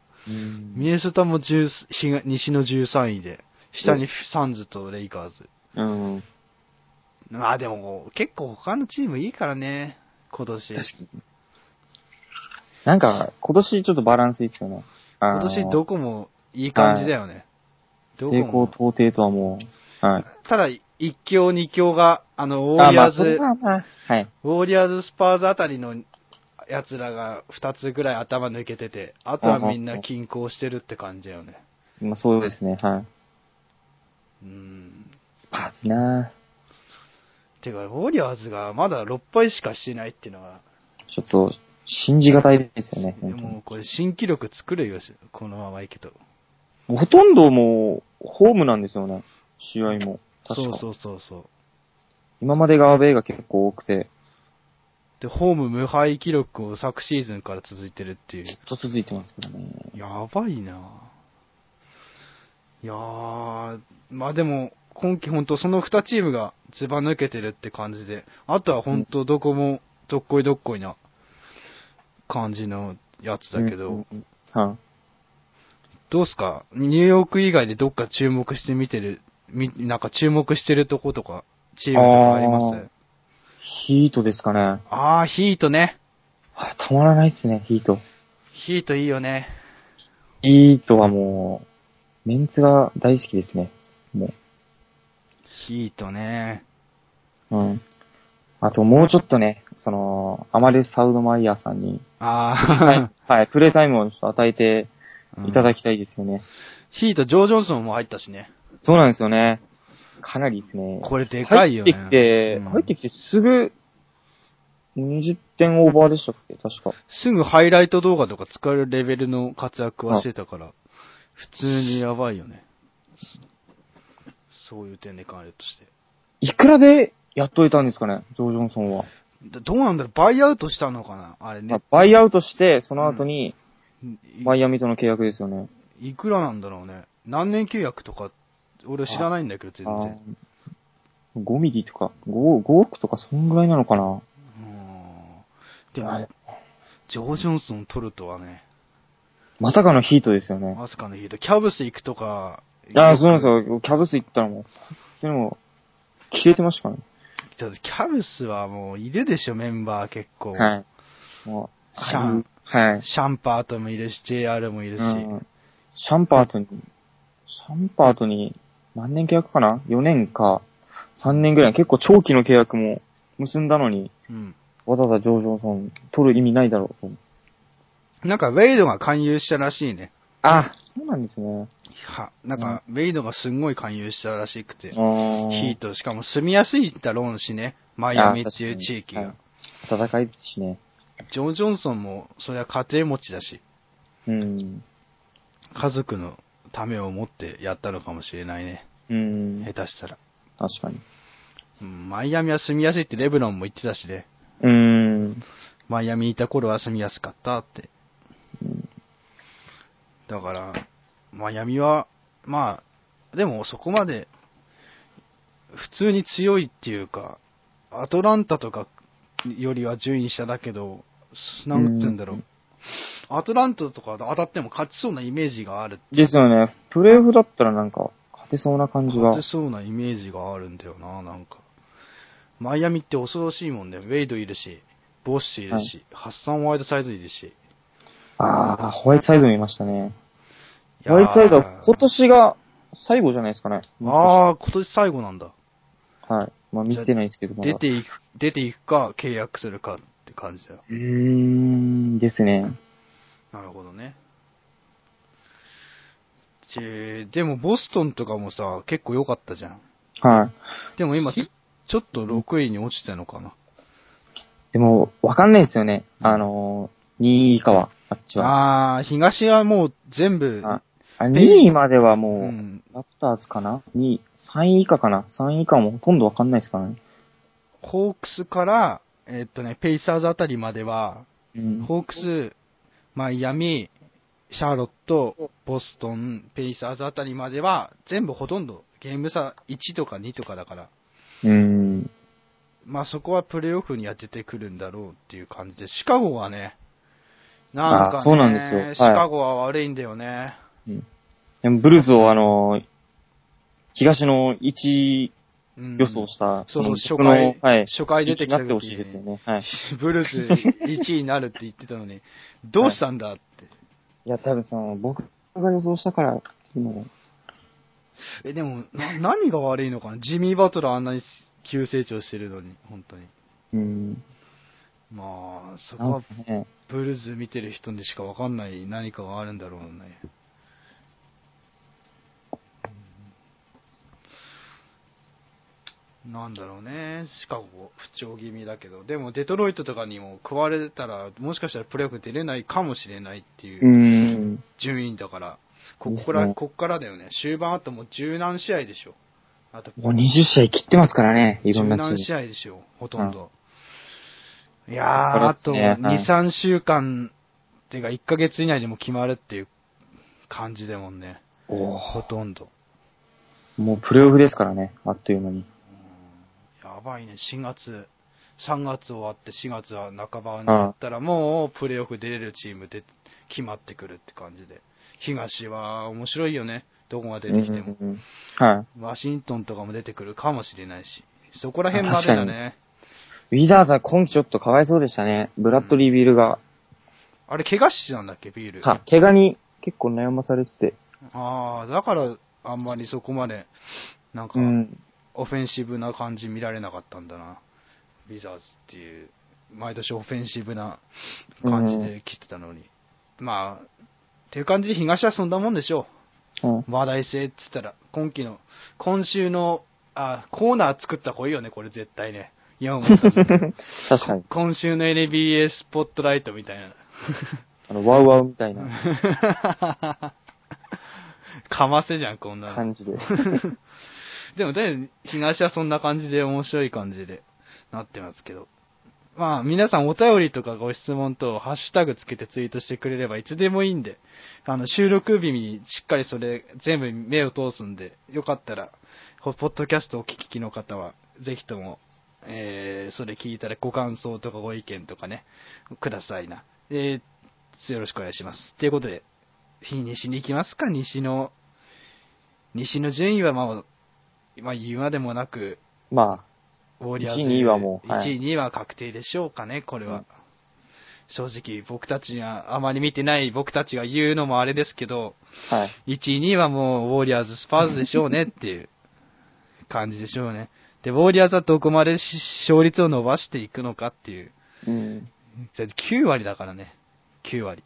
S1: ミネソタも10東西の13位で、下にサンズとレイカーズ。
S2: うん。
S1: まあでも、結構他のチームいいからね、今年。
S2: 確かに。なんか、今年ちょっとバランスいいっすよね。あ
S1: 今
S2: の
S1: 年どこもいい感じだよね。どこ
S2: 成功
S1: も。
S2: 到底とはもう、はい。
S1: ただ、1強2強が、あの、ウォ
S2: あ
S1: リアー
S2: まあそれ
S1: ズ、
S2: はまあ、はい。
S1: ウォリアーズスパーズあたりの奴らが2つぐらい頭抜けてて、あとはみんな均衡してるって感じだよね。
S2: まあそうですね、はい。
S1: うん。
S2: スパーズな
S1: てか、ウォリアーズがまだ6敗しかしてないっていうのは、
S2: ちょっと、信じがたいですよね、
S1: で
S2: 本当に
S1: もこれ新記録作るよ、このままいくと。
S2: ほとんどもう、ホームなんですよね、試合も。確
S1: そう
S2: か。
S1: そうそうそう。
S2: 今までがアウェイが結構多くて、
S1: で、ホーム無敗記録を昨シーズンから続いてるってい
S2: ず
S1: う
S2: っ。と続いてますけどね。
S1: やばいなぁいやー、まあでも、今季本当その2チームがずば抜けてるって感じで、あとは本当どこもどっこいどっこいな感じのやつだけど、
S2: うんうんうんはい。
S1: どうすかニューヨーク以外でどっか注目して見てる、みなんか注目してるとことか、チームとかあります
S2: ヒートですかね。
S1: あー、ヒートね。
S2: あたまらないですね、ヒート。
S1: ヒートいいよね。
S2: ヒートはもう、メンツが大好きですね。も
S1: ヒートね。
S2: う。うん。あともうちょっとね、その、アマレス・サウドマイヤーさんに、
S1: あー、
S2: はい、プレイタイムをちょっと与えていただ
S1: き。
S2: きたいですよね。
S1: ヒート、ジョー・ジョンソンも入ったしね。
S2: そうなんですよね。かなりですね。
S1: これでかいよね。
S2: 入ってきて、
S1: うん
S2: 入ってきてすぐ、20点オーバーでしたっけ確か。
S1: すぐハイライト動画とか使えるレベルの活躍はしてたから、普通にやばいよね。そういう点で考えるとして。
S2: いくらでやっといたんですかねジョー・ジョンソンは。
S1: どどうなんだろうバイアウトしたのかなあれ
S2: まあ
S1: ね。
S2: バイアウトして、その後に、マ
S1: い
S2: イアミとの契約ですよね。
S1: いくらなんだろうね。何年契約とか、俺知らないんだけど、全
S2: あ
S1: 然。
S2: ー5ミリとか、5, 5億とかそんぐらいなのかな
S1: うんで
S2: はい
S1: も、ジョー・ジョンソン取るとはね、
S2: まさかのヒートですよね。
S1: まさかのヒート。キャブス行くとか、
S2: ああ、そうなんですよ。キャブス行ったらもう、でもう、消えてましたからね。
S1: ちょっとキャブスはもういるでしょ、メンバー結構。
S2: はい。もう、
S1: シャン
S2: はい。
S1: シャンパートもいるし、JR もいるし。
S2: うんシャンパートに、シャンパートに、何年契約かな ?4 年か、3年ぐらい。結構長期の契約も結んだのに、
S1: うん。
S2: わざわざジョージョンソン取る意味ないだろうと。
S1: なんか、ウェイドが勧誘したらしいね。
S2: あ、そうなんですね。
S1: は、なんか、ウェイドがすんごい勧誘したらしくて。
S2: ヒ
S1: ヒート、しかも住みやすいだろうしね。マイアミっていう地域が。
S2: 戦いですしね。
S1: ジョー・ジョンソンも、そりゃ家庭持ちだし。
S2: うん。
S1: 家族のためを思ってやったのかもしれないね。
S2: うん。
S1: 下手したら。
S2: 確かに。
S1: うんマイアミは住みやすいってレブロンも言ってたしね。
S2: うん。
S1: マイアミにいた頃は住みやすかったって。だから、マイアミは、まあ、でもそこまで、普通に強いっていうか、アトランタとかよりは順位下だけど、すなんて言うんだろ
S2: う
S1: う。アトランタとか当たっても勝ちそうなイメージがある。
S2: ですよね。プレイオフだったらなんか、勝てそうな感じが。
S1: 勝てそうなイメージがあるんだよな、なんか。マイアミって恐ろしいもんね。ウェイドいるし、ボッシーいるし、ハッサン・ワイドサイズいるし。
S2: ああ、ホワイトサイド見ましたね。
S1: いやー
S2: ホワイトサイドは今年が最後じゃないですかね。
S1: ああ、今年最後なんだ。
S2: はい。まあ見てないですけど、まだ
S1: 出ていく、出ていくか、契約するかって感じだよ。
S2: うーん、ですね。
S1: なるほどね。えーでもボストンとかもさ、結構良かったじゃん。
S2: はい。
S1: でも今、ちょちょっと6位に落ちたのかな。
S2: でも、わかんないですよね。あのー、2位以下は、あっちは。
S1: ああー、東はもう全部、
S2: ああ2位まではもう、
S1: うん、
S2: ラプターズかな ?2 位、3位以下かな ?3 位以下はもうほとんどわかんないですからね。
S1: ホークスから、えーっとね、ペイサーズあたりまでは、
S2: うん。
S1: ホークス、マイアミ、シャーロット、ボストン、ペイサーズあたりまでは、全部ほとんどゲーム差1とか2とかだから、
S2: うん。
S1: まあそこはプレーオフには出てくるんだろうっていう感じで、シカゴはね、なんか、ね、
S2: あそうなんですよはい
S1: シカゴは悪いんだよね。
S2: でもブルーズをあのー、東の1位
S1: うん
S2: 予想した、
S1: そうそう、初
S2: 僕の
S1: 回、
S2: はい。
S1: 初回出てきた
S2: になってほ
S1: 時
S2: しい
S1: に
S2: ですよね。はい。
S1: ブルーズ1位になるって言ってたのに、どうしたんだって。
S2: いや、多分その、僕が予想したから、も
S1: え、でも、な、 何が悪いのかなジミー・バトラーあんなに急成長してるのに、本当に。
S2: う、うん。
S1: まあ、そこ
S2: なん
S1: は
S2: すかね。。
S1: ブルーズ見てる人にしかわかんない何かがあるんだろうね。なんだろうね、シカゴ、不調気味だけど、でもデトロイトとかにも食われたら、もしかしたらプレーオフ出れないかもしれないっていううん順位だから、
S2: いい
S1: こ
S2: っすね
S1: こから、こっからだよね、終盤あともう十何試合でしょ。あと
S2: もう20試合切ってますからね、いろんなチーム
S1: 何。試合でしょ、ほとんど。いやー、あと
S2: そうです
S1: 2、
S2: ねはい
S1: 3週間、っていうか1ヶ月以内でも決まるっていう感じだもんね。
S2: おー
S1: ほとんど。
S2: もうプレイオフですからね、あっという間に。
S1: やばいね、4月、3月終わって4月は半ばになったらもうプレーオフ出れるチームで決まってくるって感じで。東は面白いよね、どこが出てきても。
S2: うんうんうんは
S1: ワシントンとかも出てくるかもしれないし。そこら辺までだね。
S2: い。ウィザーズは今季ちょっとかわいそうでしたね。ブラッドリー・ビールが、
S1: あれ、怪我してたんだっけ、ビール。
S2: は、怪我に結構悩まされてて。
S1: ああ、だから、あんまりそこまで、なんか
S2: う、ん。
S1: オフェンシブな感じ見られなかったんだな。ウィザーズっていう、毎年オフェンシブな感じで来てたのに。まあ、っていう感じで東はそんなもんでしょ
S2: うん
S1: う。話題性っつったら、今期の、今週の、あ、コーナー作った方がいいよね、これ絶対ね。今思ったんだけ ど
S2: 確かに。
S1: 今週の NBA スポットライトみたい な。
S2: あの、ワウワウみたいな
S1: かませじゃん、こんなの。
S2: 感じで。
S1: でも、ね、東はそんな感じで面白い感じでなってますけど。まあ、皆さんお便りとかご質問とハッシュタグつけてツイートしてくれればいつでもいいんで、あの、収録日にしっかりそれ全部目を通すんで、よかったら、ほポッドキャストをお聞きの方は、ぜひとも、えー、それ聞いたらご感想とかご意見とかね、くださいな。えー、よろしくお願いします。ということで、日西に行きますか、西の、西の順位はまあ、まあ言うまでもなく、
S2: ま
S1: ウォリアーズ。
S2: 1位2位はもうはい
S1: 1位、2位は確定でしょうかね、これは。
S2: うん
S1: 正直、僕たちが、あまり見てない僕たちが言うのもあれですけど、
S2: あ、はい。
S1: 1位、2位はもう、ウォリアーズ、スパーズでしょうねっていう感じでしょうね。で、ウォリアーズはどこまでし勝率を伸ばしていくのかっていう。
S2: うん。
S1: だって9割だからね。9割。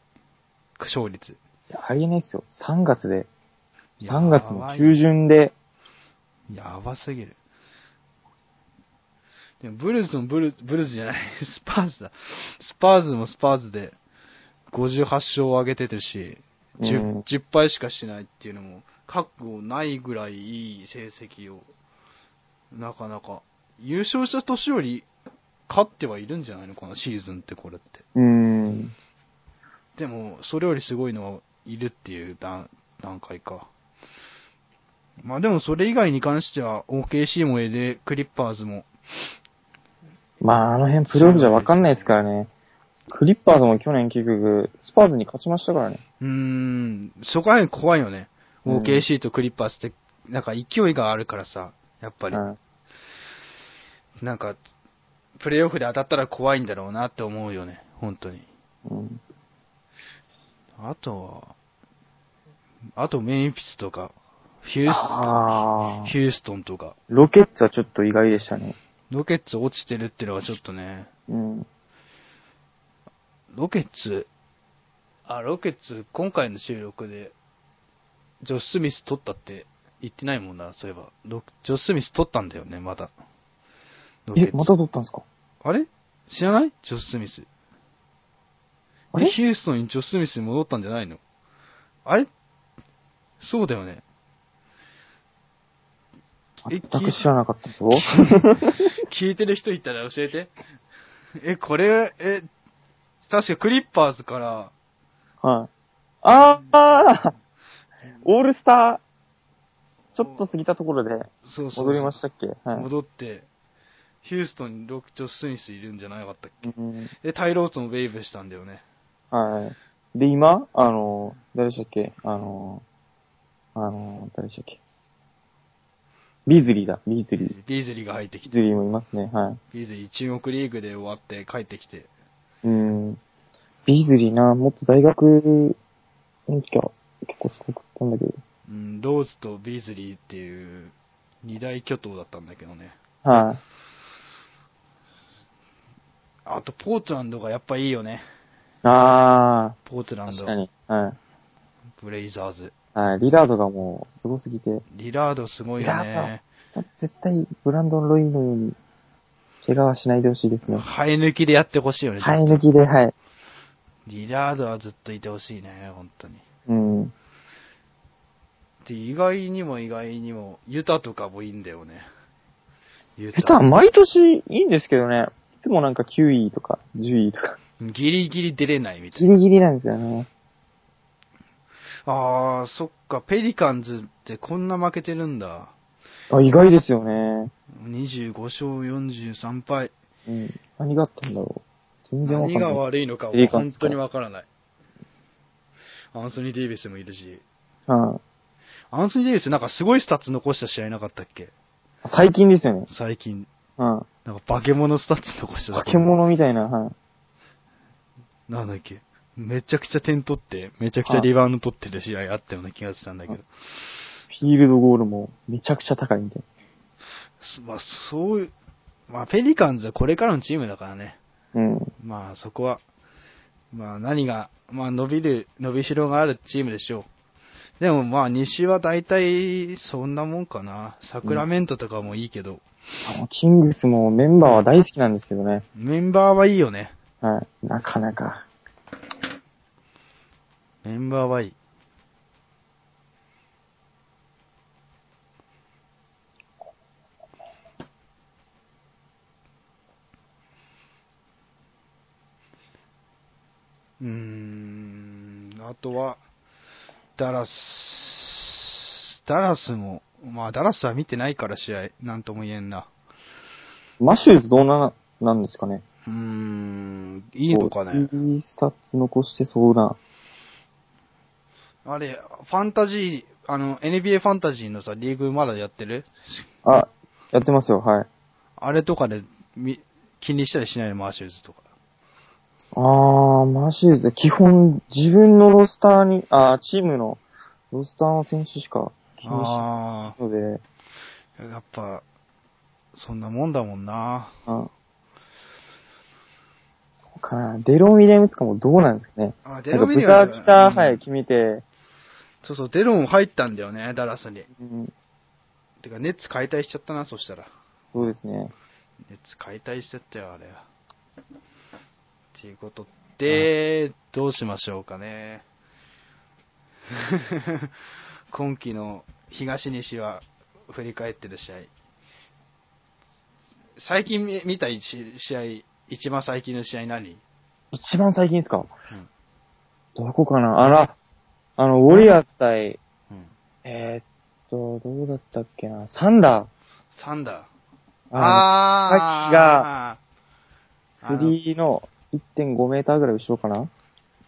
S1: 勝率。
S2: いや、ありえないっすよ。3月で。
S1: いや
S2: 3月の中旬で、
S1: やばすぎる。 でもブルーズもブルブルーズじゃない、スパーズだ。スパーズもスパーズで、 58勝を挙げてるし、
S2: うん
S1: 10, 10敗しかしてないっていうのも、覚悟ないぐらいいい成績を、なかなか、優勝した年より勝ってはいるんじゃないのかな、シーズンってこれって。
S2: うん。
S1: でも、それよりすごいのはいるっていう段段階か。まあでもそれ以外に関しては OKC も LA クリッパーズも、
S2: まあ、あの辺プレーオフじゃわかんないですからね。クリッパーズも去年結局、スパーズに勝ちましたからね。
S1: うーん、そこら辺怖いよね。
S2: うん
S1: OKC とクリッパーズって、なんか勢いがあるからさ、やっぱり、
S2: うん
S1: なんか、プレイオフで当たったら怖いんだろうなって思うよね、本当に。
S2: うん。
S1: あとは、あとメンフィスとか、ヒュー
S2: あ
S1: ス
S2: ー
S1: ヒューストンとか、
S2: ロケッツはちょっと意外でしたね。
S1: ロケッツ落ちてるってのはちょっとね、
S2: うん。
S1: ロケッツ、あ、ロケッツ、今回の収録で、ジョッシュ・スミス取ったって言ってないもんな、そういえば。ロジョッシュ・スミス取ったんだよね、また。ロケッ
S2: え、
S1: ツ
S2: また取ったんですか
S1: あれ知らないジョッシュ・スミス。
S2: あれ
S1: ヒューストンにジョッシュ・スミスに戻ったんじゃないのあれそうだよね。え
S2: 全く知らなかったですよ。
S1: 聞いてる人いたら教えて。え、これ、え、確かクリッパーズから、
S2: はい。あ あオールスター、ちょっと過ぎたところで
S1: そうそうそう
S2: 戻りましたっけはい。
S1: 戻って、ヒューストンにロク・ジョッシュ・スミスいるんじゃなかったっけ
S2: うん
S1: で、タイローズもウェイブしたんだよね。
S2: はい。で、今、あの、誰でしたっけあの、あの、誰でしたっけビーズリーだ、ビーズリー。
S1: ビーズリーが入ってき
S2: ビー
S1: て、
S2: ズリーもいますね、は
S1: ビーズリー中国リーグで終わって帰ってきて、
S2: い。うん。ビーズリーな、もっと大学の時は結構すごかったんだけど。
S1: うん、ローズとビーズリーっていう二大巨頭だったんだけどね。
S2: はい。
S1: あと、ポートランドがやっぱいいよね。
S2: あ
S1: ポート
S2: あ、
S1: ラン
S2: 確
S1: ド
S2: か、に。はい。
S1: ブレイザーズ。
S2: はい、リラードがもう、すごすぎて、
S1: リラードすごいよ
S2: リラ
S1: ね。
S2: 絶対、ブランドン・ロイのように、怪我はしないでほし いですね。
S1: 生え抜きでやってほしいよね。
S2: 生え抜きで、はい。
S1: リラードはずっといてほしいね、本当に。
S2: うん。
S1: で、意外にも意外にも、ユタとかもいいんだよね。ユ
S2: ペタは毎年いいんですけどね、いつもなんか9位とか10位とか、
S1: ギリギリ出れないみたい
S2: ギ
S1: な。
S2: リギリなんですよね。
S1: あー、そっか、ペリカンズってこんな負けてるんだ。
S2: あ、意外ですよね。
S1: 25勝43敗。
S2: うん。何があったんだろう。全然わかん
S1: 何
S2: な
S1: が
S2: い。
S1: 悪いのか
S2: ペリカン
S1: 本
S2: ズか
S1: 当にわからない。アンソニー・デイビスもいるし。
S2: うん。
S1: アンソニー・デイビスなんかすごいスタッツ残した試合なかったっけ
S2: 最近ですよね。
S1: 最近。
S2: うん。
S1: なんか化け物スタッツ残した
S2: 化け物みたいな、はい。
S1: なんだっけ、めちゃくちゃ点取って、めちゃくちゃリバウンド取ってる試合あったような気がしたんだけど、
S2: フィールドゴールもめちゃくちゃ高いみたい
S1: そまあ、そういう、まあ、ペリカンズはこれからのチームだからね、
S2: な。うん。
S1: まあ、そこは、まあ、何が、まあ、伸びる、伸びしろがあるチームでしょう。でも、まあ、西は大体、そんなもんかな。サクラメントとかもいいけど、
S2: あのキングスもメンバーは大好きなんですけどね。
S1: メンバーはいいよね。
S2: はい。なかなか。
S1: メンバーはいい。うーん、あとは、ダラス、ダラスも、まあダラスは見てないから試合、なんとも言えんな。
S2: マシューズどうな、なんですかね。
S1: うーん、いいのかね。
S2: こういいスタッツ残してそうな。
S1: あれ、ファンタジー、あの、NBA ファンタジーのさ、リーグまだやってる
S2: あ、やってますよ、はい。
S1: あれとかでみ気にしたりしないの、マーシューズとか。
S2: あー、マシューズ、基本自分のロスターに、あー、チームのロスターの選手しか気にしな
S1: あ
S2: いので、
S1: あ、やっぱ、そんなもんだもんな。
S2: あかなデロン・ウィリアムスかもどうなんですかね。
S1: あ、デ
S2: なん
S1: ロンウ
S2: か
S1: ィ
S2: ブ
S1: リア
S2: ザ
S1: ム
S2: ー
S1: ズ
S2: ビター、
S1: うん
S2: はい、決めて、
S1: そうそう、デロン入ったんだよね、ダラスに。
S2: うん、
S1: てか、ネッツ解体しちゃったな、そしたら。
S2: そうですね。
S1: ネッツ解体しちゃったよ、あれは。っていうことで、どうしましょうかね。 今季の東西は振り返ってる試合。最近見見た一試合、一番最近の試合何、
S2: 一番最近ですか
S1: うん
S2: どこかなあら、あの、ウォリアーズ対、
S1: うん、
S2: えーっと、どうだったっけなサンダー。
S1: サンダー。あ
S2: あ
S1: ーあ
S2: の、
S1: の
S2: フリーの1.5メーターぐらい後ろかな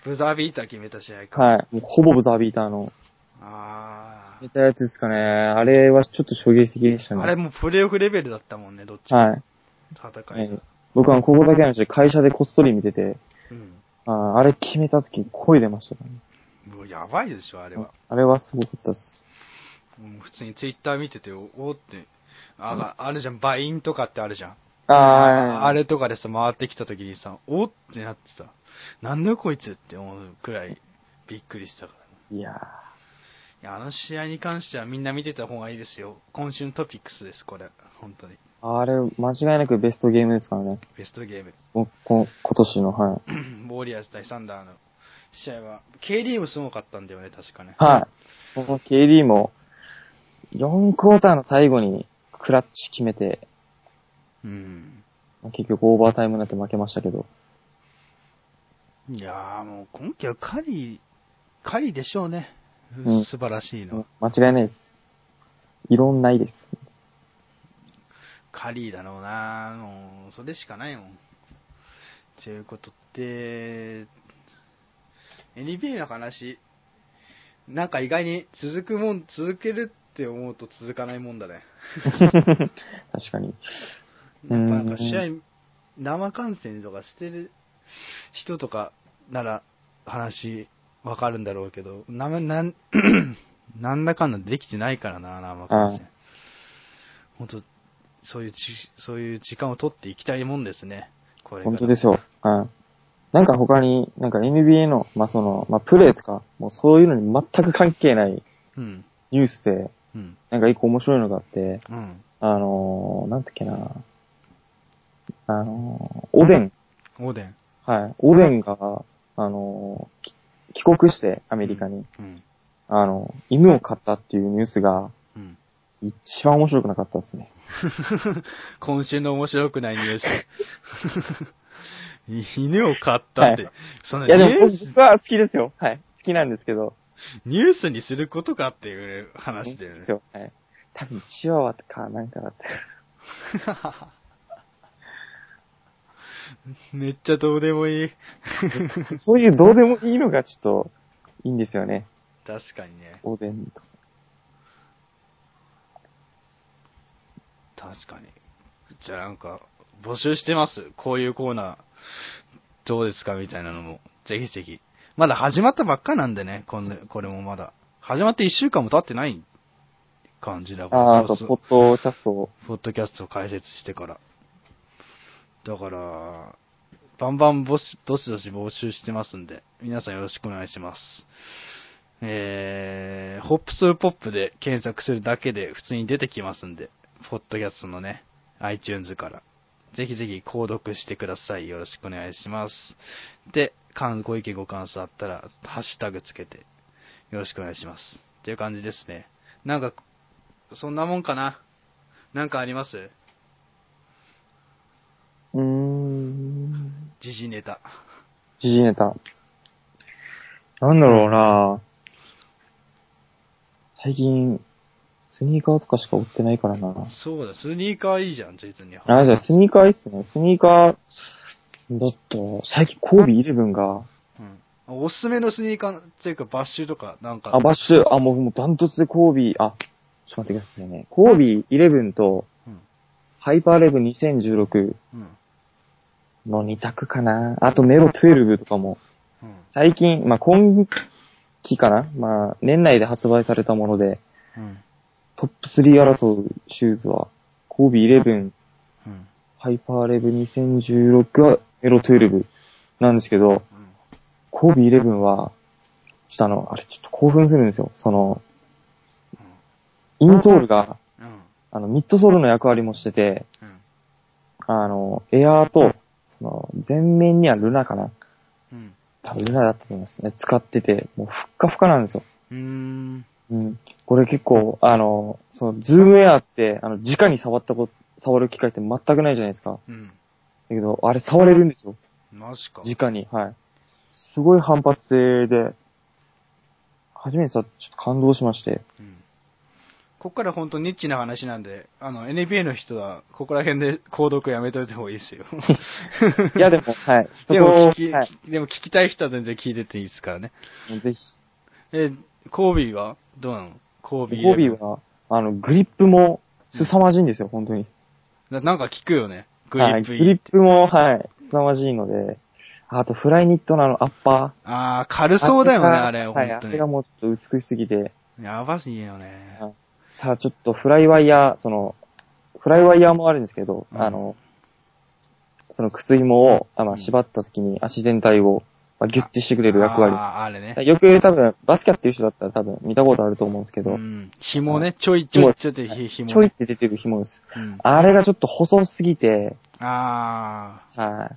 S1: ブザービーター決めた試合か。
S2: はい。もうほぼブザービーターの。
S1: あ
S2: めたやつですかね。あれはちょっと衝撃的でした
S1: あ。
S2: ね。
S1: あれもうプレイオフレベルだったもんね、どっちも
S2: はい。
S1: 戦い
S2: え
S1: が
S2: ー。僕はここだけの話で会社でこっそり見てて、
S1: うん。
S2: あーあれ決めた時声出ましたからね。
S1: もうやばいでしょ、あれは。
S2: あれはすごかったです。
S1: もう普通にツイッター見てて、おおって。あが、あるじゃん、バインとかってあるじゃん。
S2: あー
S1: あれとかでさ、回ってきた時にさ、おってなってさ、なんだよこいつって思うくらいびっくりしたから。
S2: いや
S1: いや、あの試合に関してはみんな見てた方がいいですよ。今週のトピックスです、これ。本当に。
S2: ーあれ、間違いなくベストゲームですからね。
S1: ベストゲーム。
S2: もうこ今年の、はい。
S1: ウォリアーズ対サンダーの試合は、KD もすごかったんだよね、確かね。
S2: はい。この KD も、4クォーターの最後にクラッチ決めて、
S1: うん。
S2: まあ結局オーバータイムになって負けましたけど。
S1: いやーもう今季はカリー、カリーでしょうね。
S2: うん
S1: 素晴らしいのは。
S2: 間違いないです。いろんないです。
S1: カリーだろうなもう、それしかないもん。ということで、NBA の話、なんか意外に続くもん、続けるって思うと続かないもんだね。
S2: 確かに。
S1: やっぱなん
S2: う
S1: か
S2: ん
S1: 試合、生観戦とかしてる人とかなら話わかるんだろうけど、なめなん、 なんだかんだできてないからな、生観戦。本当そういうち、そういう時間を取っていきたいもんですね。これから
S2: 本当ですよ。はい。なんか他に、なんか NBA の、まあ、その、まあ、プレーとか、もうそういうのに全く関係ない
S1: うん。
S2: ニュースで、
S1: うん。
S2: なんか一個面白いのがあって、
S1: うん。
S2: あのー、なんてっけな、あのー、おでん、
S1: おでん。
S2: はい、おでんが、あのー、き帰国して、アメリカに、
S1: うん。
S2: あの、犬を飼ったっていうニュースが、
S1: うん。
S2: 一番面白くなかったですね。
S1: 今週の面白くないニュース。 犬を飼ったって、
S2: は
S1: その
S2: いや、で
S1: ニュ
S2: も
S1: ース
S2: 僕は好きですよ。はい。好きなんですけど、
S1: ニュースにすることかっていう話だよ
S2: 好き
S1: ね
S2: です。よはい。多分、チワワとか、なんかだった。
S1: めっちゃどうでもいい。
S2: そういうどうでもいいのがちょっといいんですよね。
S1: 確かにね。
S2: おでんとか。
S1: 確かに。じゃあなんか、募集してます。こういうコーナー、どうですかみたいなのも。ぜひぜひ。まだ始まったばっかなんでね、こんなこれもまだ。始まって一週間も経ってない感じだから。
S2: あーあと、ポッドキャストを。
S1: ポッドキャストを開設してから。だから、バンバンぼし、どしどし募集してますんで、皆さんよろしくお願いします。えー、ホップスポップで検索するだけで普通に出てきますんで、ポッドキャストのね、iTunes から。ぜひぜひ購読してください。よろしくお願いします。で、感ご意見ご感想あったら、ハッシュタグつけて、よろしくお願いします。っていう感じですね。なんか、そんなもんかな。なんかあります
S2: うーん。
S1: 時事ネタ。
S2: 時事ネタ。なんだろうな最近、スニーカーとかしか売ってないからな
S1: そうだ、スニーカーいいじゃん、別に。
S2: あ、じゃあスニーカーいいっすね。スニーカー、だと、最近コービーイレブン
S1: う
S2: が、
S1: ん。おすすめのスニーカーっていうか、バッシュとか、なんか。
S2: あ、バッシュ、あ、もう、もうダントツでコービー、あ、ちょっと待ってくださいね。コービーイレブンと
S1: うん、
S2: ハイパーレブン2016
S1: うん。
S2: の2択かな。あとメロ12とかも。
S1: うん。
S2: 最近、まあ、今期かなまあ、年内で発売されたもので、
S1: うん。
S2: トップ3争うシューズは、コービーイレブン、
S1: うん。
S2: ハイパーレブン2016はメロ12なんですけど、
S1: うん。
S2: コービーイレブンは、ちょっとあの、あれ、ちょっと興奮するんですよ。その、インソールが、
S1: うん。
S2: あの、ミッドソールの役割もしてて、
S1: うん。
S2: あの、エアーと、その、前面にはルナかな
S1: ううん。
S2: 多分今だったと思いますね。使ってて、もうふっかふかなんですよ。
S1: うーん。
S2: うん。これ結構、あの、その、ズームエアって、あの、直に触ったこと、触る機会って全くないじゃないですか。
S1: うん。
S2: だけど、あれ触れるんですよ。
S1: マジか。
S2: 直に。はい。すごい反発性で、初めてさ、ちょっと感動しまして。
S1: うん。こっから本当ニッチな話なんで、あの、NPA の人は、ここら辺で 購読やめといた方がいいですよ。
S2: い や、でも、はい。
S1: でも聞き、
S2: はい。
S1: でも聞きたい人は全然聞いてていいですからね。
S2: もうぜひ。
S1: え、コービーはどうなのコービー。
S2: コービーは、あの、グリップも凄まじいんですよ、本当に。
S1: な。なんか聞くよね。グリ
S2: は
S1: ッ
S2: い。グ
S1: プいい。
S2: リップも、はい、凄まじいので、あと、フライニットのあの、アッパ
S1: ああ、
S2: ー。
S1: 軽そうだよね、あれ、
S2: は
S1: 本
S2: い、あ
S1: 当
S2: れがもうちょっと美しすぎて、
S1: に。やばすぎよね。
S2: ただちょっとフライワイヤー、その、フライワイヤーもあるんですけど、
S1: うん
S2: あの、その靴紐を、あま
S1: う
S2: あ、
S1: ん
S2: 縛った時に足全体を、まあ、ギュッてしてくれる役割。
S1: ああ、あれね。
S2: よく多分、バスケやってる人だったら多分見たことあると思うんですけど、
S1: うん。紐ね、ちょいちょいちょいってひ紐。
S2: ちょいっ。て出てる紐です。
S1: うん、あ
S2: あれがちょっと細すぎて、
S1: あ
S2: は
S1: ー、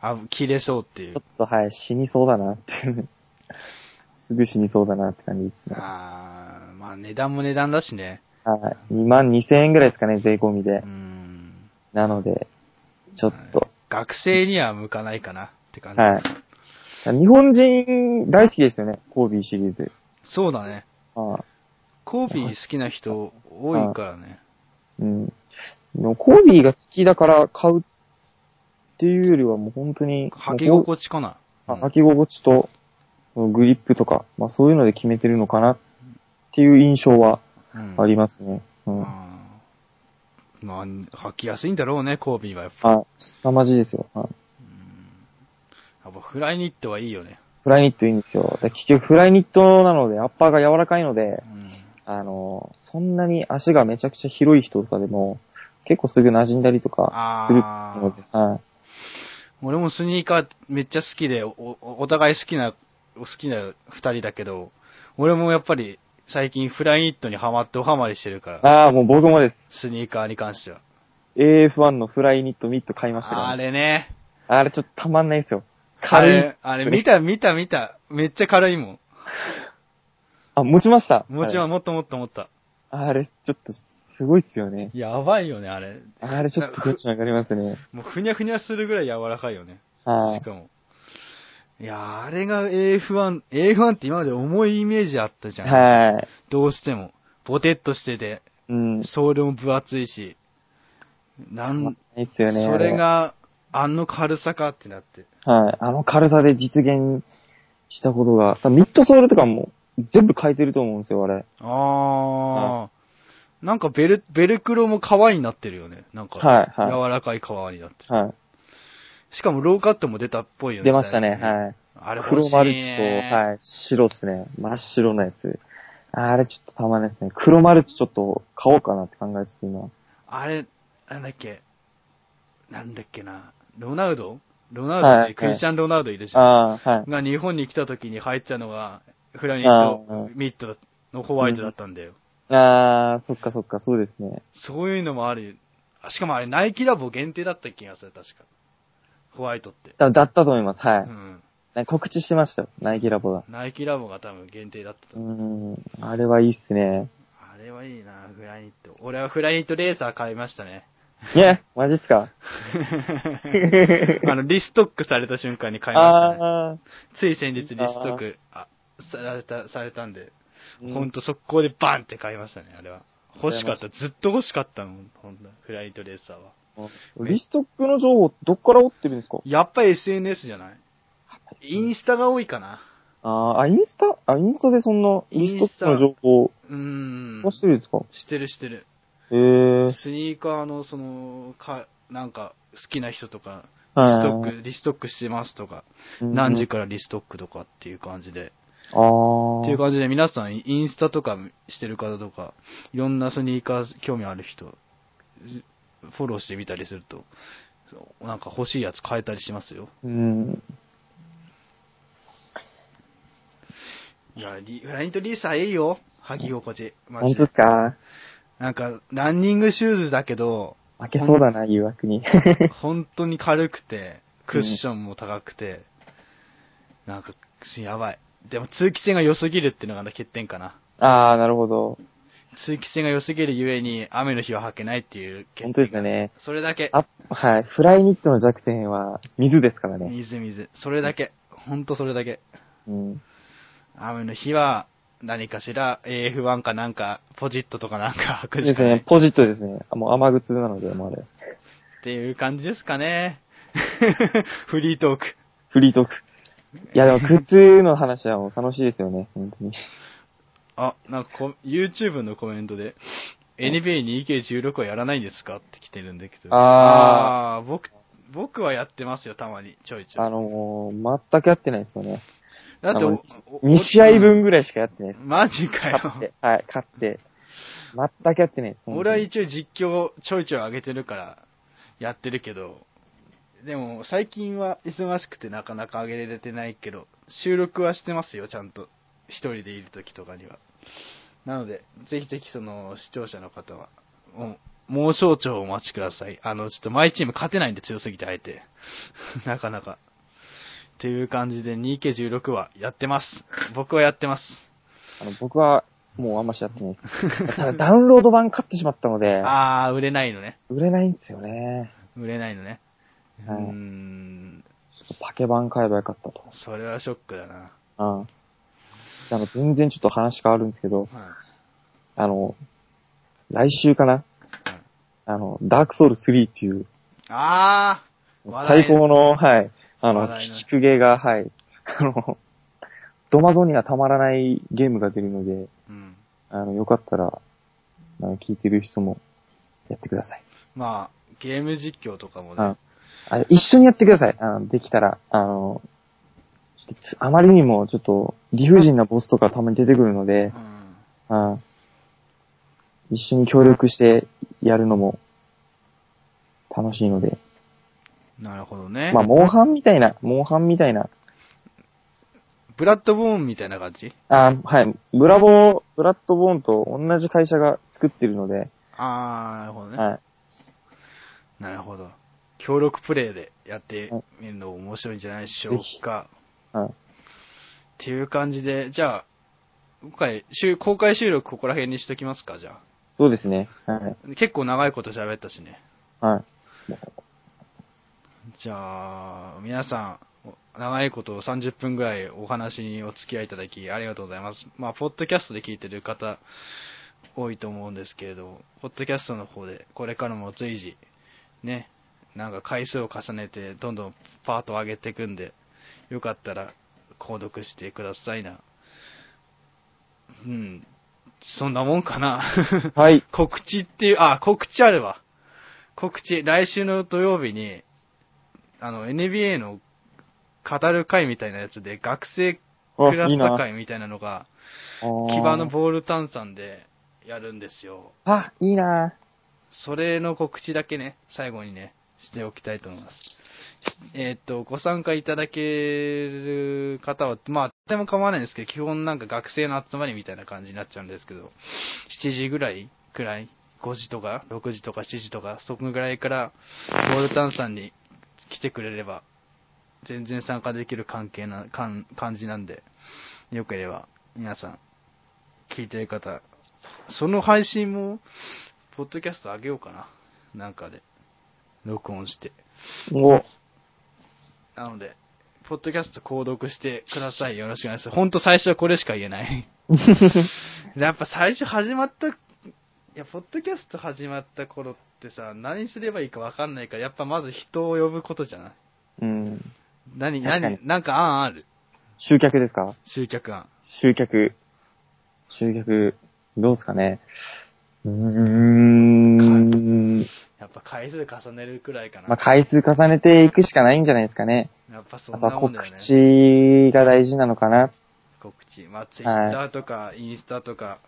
S1: あ、切れそうってい
S2: い。ち
S1: う
S2: ょっ。とはい、死にそうだな っていう。すぐ死にそうだなって感じですね。
S1: ああ、まあ値段も値段だしね。
S2: はい。2万2千円ぐらいですかね、税込みで
S1: う。ん。
S2: なので、ちょっと、
S1: 学生には向かないかなって感じ。
S2: はい。日本人大好きですよね、コービーシリーズ。
S1: そうだね。
S2: ああ
S1: コービー好きな人多いからね。
S2: うん。でもコービーが好きだから買うっていうよりはもう本当に、
S1: 履き心地かな。
S2: あ履き心地と、グリップとか、まあそういうので決めてるのかなっていう印象は
S1: うん
S2: ありますね。うん。あ
S1: あーまあ、履きやすいんだろうね、コービーはやっぱ。
S2: 凄まじいですよ。あ
S1: やっぱフライニットはいいよね。
S2: フライニットいいんですよ。で結局フライニットなので、アッパーが柔らかいので
S1: う、ん。
S2: あの、そんなに足がめちゃくちゃ広い人とかでも、結構すぐ馴染んだりとかする
S1: あ
S2: の
S1: あ
S2: で、。はい。
S1: 俺もスニーカーめっちゃ好きで、お、おお互い好きな、好きな二人だけど、俺もやっぱり最近フライニットにハマっておハマりしてるから、
S2: ああ、もう僕もです。
S1: スニーカーに関しては。
S2: AF1 のフライニットミット買いましたから、
S1: あ
S2: あれ、
S1: れね。
S2: ちょっとたまんないですよ。
S1: あ
S2: 軽い。
S1: れ、あれ 見た見た見た。めっちゃ軽いも
S2: あ、持ちました。
S1: ん。もちろ
S2: はい
S1: んもっともっともっと。
S2: あれ、ちょっと、すごいっすよね。
S1: やばいよね、あれ。
S2: あれ、ちょっとテンション上がりますね。
S1: もうふにゃふにゃするぐらい柔らかいよね。
S2: は
S1: しかも。いやー、あれが AF1、AF1 って今まで重いイメージあったじゃ
S2: い。
S1: ん。
S2: はい。
S1: どうしても。ボテっとしてて、
S2: うん。
S1: ソールも分厚いし。なん、
S2: まあいいっすよね。
S1: それ
S2: あ
S1: が、あの軽さかってなって。
S2: れ。はい。あの軽さで実現したことが、多分ミッドソールとかも全部変えてると思うんですよ、あれ。
S1: あー。なんかベル、ベルクロも革になってるよね。なんか、
S2: はいはい
S1: 柔らかい革になってる。
S2: は
S1: しかもローカットも出たっぽい
S2: い。
S1: よね。
S2: 出ましたね、
S1: 最近
S2: はい。
S1: あれ欲
S2: 黒
S1: しい、ね。
S2: マルチと、はい、白ですね。真っ白のやつ。あれちょっとたまんないですね。黒マルチちょっと買おうかなって考えてて今。
S1: あれ、なんだっけ、なんだっけな、ロナウドロナウドって、
S2: はいはい
S1: クリスチャン・ロナウドいるじゃん。
S2: ああ、はい。
S1: が日本に来た時に入ってたのが、フラニッ
S2: あ
S1: ト
S2: あ、
S1: ミッドのホワイトだったんだよ。
S2: ああ、そっかそっか、そうですね。
S1: そういうのもある。あしかもあれ、ナイキラボ限定だった気がする、確か。ホワイトって。
S2: だだったと思います。は
S1: う
S2: い。
S1: ん。
S2: ね告知してましたよ。ナイキラボが。
S1: ナイキラボが多分限定だったと
S2: うーん、あれはいいっすね。
S1: あれはいいな、フラニット。俺はフラニットレーサー買いましたね。
S2: いや、マジっすか。
S1: あの、リストックされた瞬間に買いましたね。
S2: ああ、
S1: つい先日リストックあされた、されたんで、
S2: うん
S1: ほんと速攻でバンって買いましたね、あれは。欲しかった。ずっと欲しかったもん、ほんとフライトレーサーは。
S2: リストックの情報、どっから追ってるんですか
S1: やっぱり SNS じゃないインスタが多いかな。
S2: あーあ、インスタあ、インスタでそんな、リストックの情報、
S1: うーん。
S2: 出してるんですか
S1: してるしてる。
S2: ええ
S1: スニーカーの、その、か、なんか、好きな人とか、リ
S2: はい
S1: ストック、リストックしてますとか、
S2: うん
S1: 何時からリストックとかっていう感じで。
S2: ああ。
S1: っていう感じで皆さんインスタとかしてる方とか、いろんなスニーカー興味ある人、フォローしてみたりすると、そうなんか欲しいやつ買えたりしますよ。
S2: うん。
S1: いや、リフライントリーサーいいよ。履き心地。マ
S2: 本
S1: ジ
S2: 当
S1: で
S2: ですか
S1: なんか、ランニングシューズだけど、
S2: 負けそうだな、誘惑に。
S1: 本当に軽くて、クッションも高くて、なんか、やばい。でも通気性が良すぎるっていうのが欠点かな。
S2: ああ、なるほど。
S1: 通気性が良すぎるゆえに雨の日は履けないっていう欠点。
S2: 本当ですよね。
S1: それだけ。
S2: あ、はい。フライニットの弱点は水ですからね。
S1: 水水。それだけ。ほんとそれだけ。
S2: うん。
S1: 雨の日は何かしら AF1 かなんか、ポジットとかなんか履 く
S2: で
S1: し
S2: す
S1: かない
S2: ね。ポジットですね。あもう雨靴なので、もうあれ。
S1: っていう感じですかね。 フリートーク。
S2: フリートーク。い や、でも靴の話はもう楽しいですよね。本当に。
S1: あ、なんかこ YouTube のコメントで、NBA2K16 はやらないんですかって来てるんだけど。
S2: あ
S1: あー、僕、僕はやってますよ、たまに、ちょいちょ
S2: あ
S1: い。
S2: のー、全くやってないですよね。
S1: だって
S2: あ
S1: お
S2: の、
S1: お
S2: 2試合。分ぐらいしかやってない
S1: お
S2: です。
S1: マジか
S2: 勝っ
S1: よ。
S2: て。はい、勝って。全くやってないです。
S1: 俺は一応実況をちょいちょい上げてるから、やってるけど、でも最近は忙しくてなかなか上げれてないけど、収録はしてますよ、ちゃんと。一人でいる時とかには。なので、ぜひぜひその視聴者の方は、もうもう少々お待ちください。あの、ちょっとマイチーム勝てないんで強すぎてあえて。 なかなか。っていう感じで 2K16 はやってます。僕はやってます。
S2: あの、僕は、もうあんましやってないです。 ただダウンロード版買ってしまったので、
S1: あー、売れないのね。
S2: 売れないんですよね。
S1: 売れないのね。
S2: はいう
S1: ーん。
S2: ちょっとパケ版買えばよかったと。
S1: それはショックだな。
S2: うん。あの、全然ちょっと話変わるんですけど、
S1: は
S2: あの、来週かなあの、ダークソウル3っていう、
S1: い、あ話題
S2: 最高の、はい、あの、
S1: 話
S2: 鬼
S1: 題の
S2: 畜ゲーが、はい、 あの、ドマゾンにはたまらないゲームが出るので、
S1: ー、うん。
S2: あの、よかったら、あの、聞いてる人も、やってください。
S1: まあ、ゲーム実況とかも
S2: う
S1: ね
S2: ん。。あ一緒にやってください。あの、できたら、あの、ちょっとつあまりにもちょっと理不尽なボスとかたまに出てくるの
S1: う
S2: で、
S1: ん。
S2: うん。一緒に協力してやるのも楽しいので。
S1: なるほどね。
S2: まあ、モンハンみたいな、モンハンみたいな。
S1: ブラッドボーンみたいな感じ
S2: あはい。ブラボー、ブラッドボーンと同じ会社が作ってるので、
S1: あー、なるほどね。
S2: はい。
S1: なるほど。協力プレイでやってみるのも面白いんじゃないでしょうか。
S2: はい。
S1: っていう感じで、じゃあ、今回、収公開収録ここら辺にしときますか、じゃあ。
S2: そうですね。はい。
S1: 結構長いこと喋ったしね。
S2: はい。
S1: じゃあ、皆さん、お長いこと30分ぐらいお話にお付き合いいただきありがとうございます。まあ、ポッドキャストで聞いてる方、多いと思うんですけれど、ポッドキャストの方で、これからも随時、ね、なんか回数を重ねて、どんどんパートを上げていくんで、よかったら、購読してくださいな。うん。そんなもんかな。
S2: はい。
S1: 告知っていう、あ、告知あるわ。告知、来週の土曜日に、あの、NBA の語る会みたいなやつで、学生ク
S2: あ
S1: ラ
S2: い
S1: ス
S2: い
S1: ター
S2: な。
S1: 会みたいなのが、木
S2: 木
S1: 場のボール炭酸でやるんですよ。
S2: あ、いいな。
S1: それの告知だけね、最後にね、しておきたいと思います。えーっと、ご参加いただける方は、まあ、でも構わないんですけど、基本なんか学生の集まりみたいな感じになっちゃうんですけど、7時ぐらいくらい ?5 時とか ?6 時とか7時とか、そこぐらいから、ボールタンさんに来てくれれば、全然参加できる関係な、感感じなんで、よければ、皆さん、聞いてる方、その配信も、ポッドキャスト上げようかな。なんかで。録音して。
S2: お、
S1: なので、ポッドキャスト購読してください。よろしくお願いします。ほんと最初はこれしか言え ない。やっぱ最初始まった、いや、ポッドキャスト始まった頃ってさ、何すればいいかわかんないから、やっぱまず人を呼ぶことじゃない
S2: うん。
S1: 何、
S2: 確かに
S1: 何、なんか案ある
S2: 集客ですか
S1: 集客案。
S2: 集客。集客、どうですかね。うーん。
S1: やっぱ回数重ねるくらいかな。
S2: まあ、回数重ねていくしかないんじゃないですかね。
S1: やっぱそ
S2: や
S1: ん
S2: っ
S1: な
S2: ぱ
S1: もん
S2: 告
S1: だよね。
S2: 知が大事なのかな。
S1: 告知。まあ、ツイッターとか、インスタとか、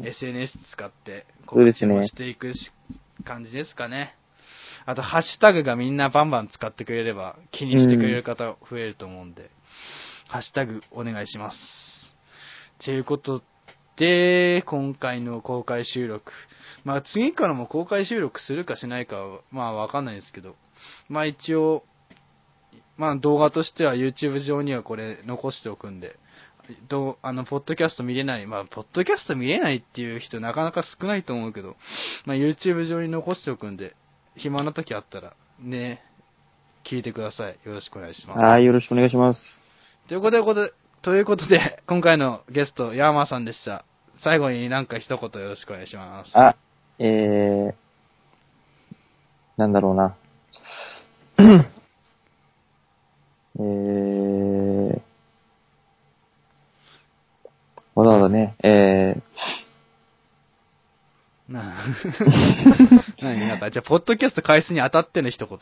S1: SNS 使って、
S2: そう
S1: 告
S2: で
S1: 知
S2: すね
S1: をしていくし、感じですかね。あと、ハッシュタグがみんなバンバン使ってくれれば、気にしてくれる方増えると思うんで、ハッシュタグお願いします。ということで、今回の公開収録。まあ、次からも公開収録するかしないかは、まあ、わかんないですけど、まあ、一応、まあ動画としては YouTube 上にはこれ残しておくんで、どう、あの、ポッドキャスト見れない、まあ、ポッドキャスト見れないっていう人なかなか少ないと思うけど、まあ YouTube 上に残しておくんで、暇な時あったら、ね、聞いてください。よろしくお願いします。
S2: はい、よろしくお願いします。
S1: ということでこと、ということで、今回のゲスト、ヤーマーさんでした。最後になんか一言よろしくお願いします。
S2: あ、えー、なんだろうな。 えー、わざわざね、えー、
S1: なあ何なんか、じゃあ、ポッドキャスト開始に当たっての一言。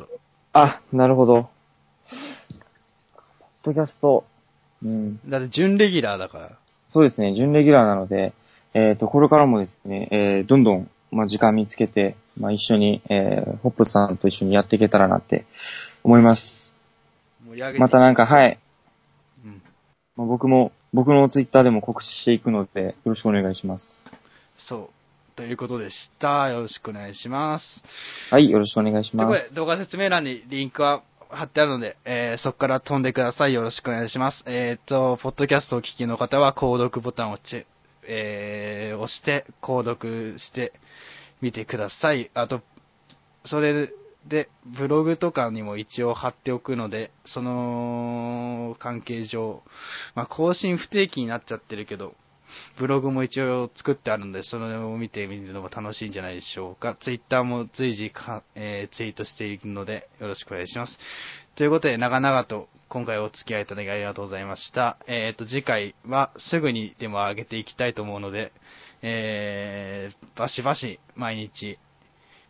S2: あ、なるほど。ポッドキャスト、うん、
S1: だって、準レギュラーだから。
S2: そうですね、準レギュラーなので、えっ、と、これからもですね、えーどんどん、まあ、時間見つけて、まあ、一緒に、えーホップさんと一緒にやっていけたらなって思います。
S1: 盛り上げて
S2: またなんか、はい、
S1: うん。
S2: まあ僕も、僕のツイッターでも告知していくので、よろしくお願いします。
S1: そう。ということでした。よろしくお願いします。
S2: はい、よろしくお願いし
S1: という
S2: ま
S1: こと
S2: す。
S1: で、動画説明欄にリンクは貼ってあるので、えーそこから飛んでください。よろしくお願いします。えっ、と、ポッドキャストをお聞きの方は、購読ボタンをチェえー押して、購読してみてください。あと、それで、ブログとかにも一応貼っておくので、その関係上、まあ、更新不定期になっちゃってるけど、ブログも一応作ってあるので、それを見てみるのも楽しいんじゃないでしょうか。ツイッターも随時か、えーツイートしているので、よろしくお願いします。ということで、長々と今回お付き合いいただきありがとうございました。えっ、と、次回はすぐにでも上げていきたいと思うので、えー、バシバシ毎日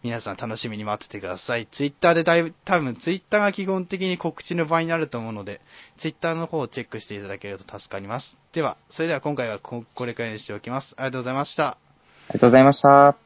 S1: 皆さん楽しみに待っててください。ツイッターでだいぶ、多分ツイッターが基本的に告知の場になると思うので、ツイッターの方をチェックしていただけると助かります。では、それでは今回はここれくらいにしておきます。ありがとうございました。
S2: ありがとうございました。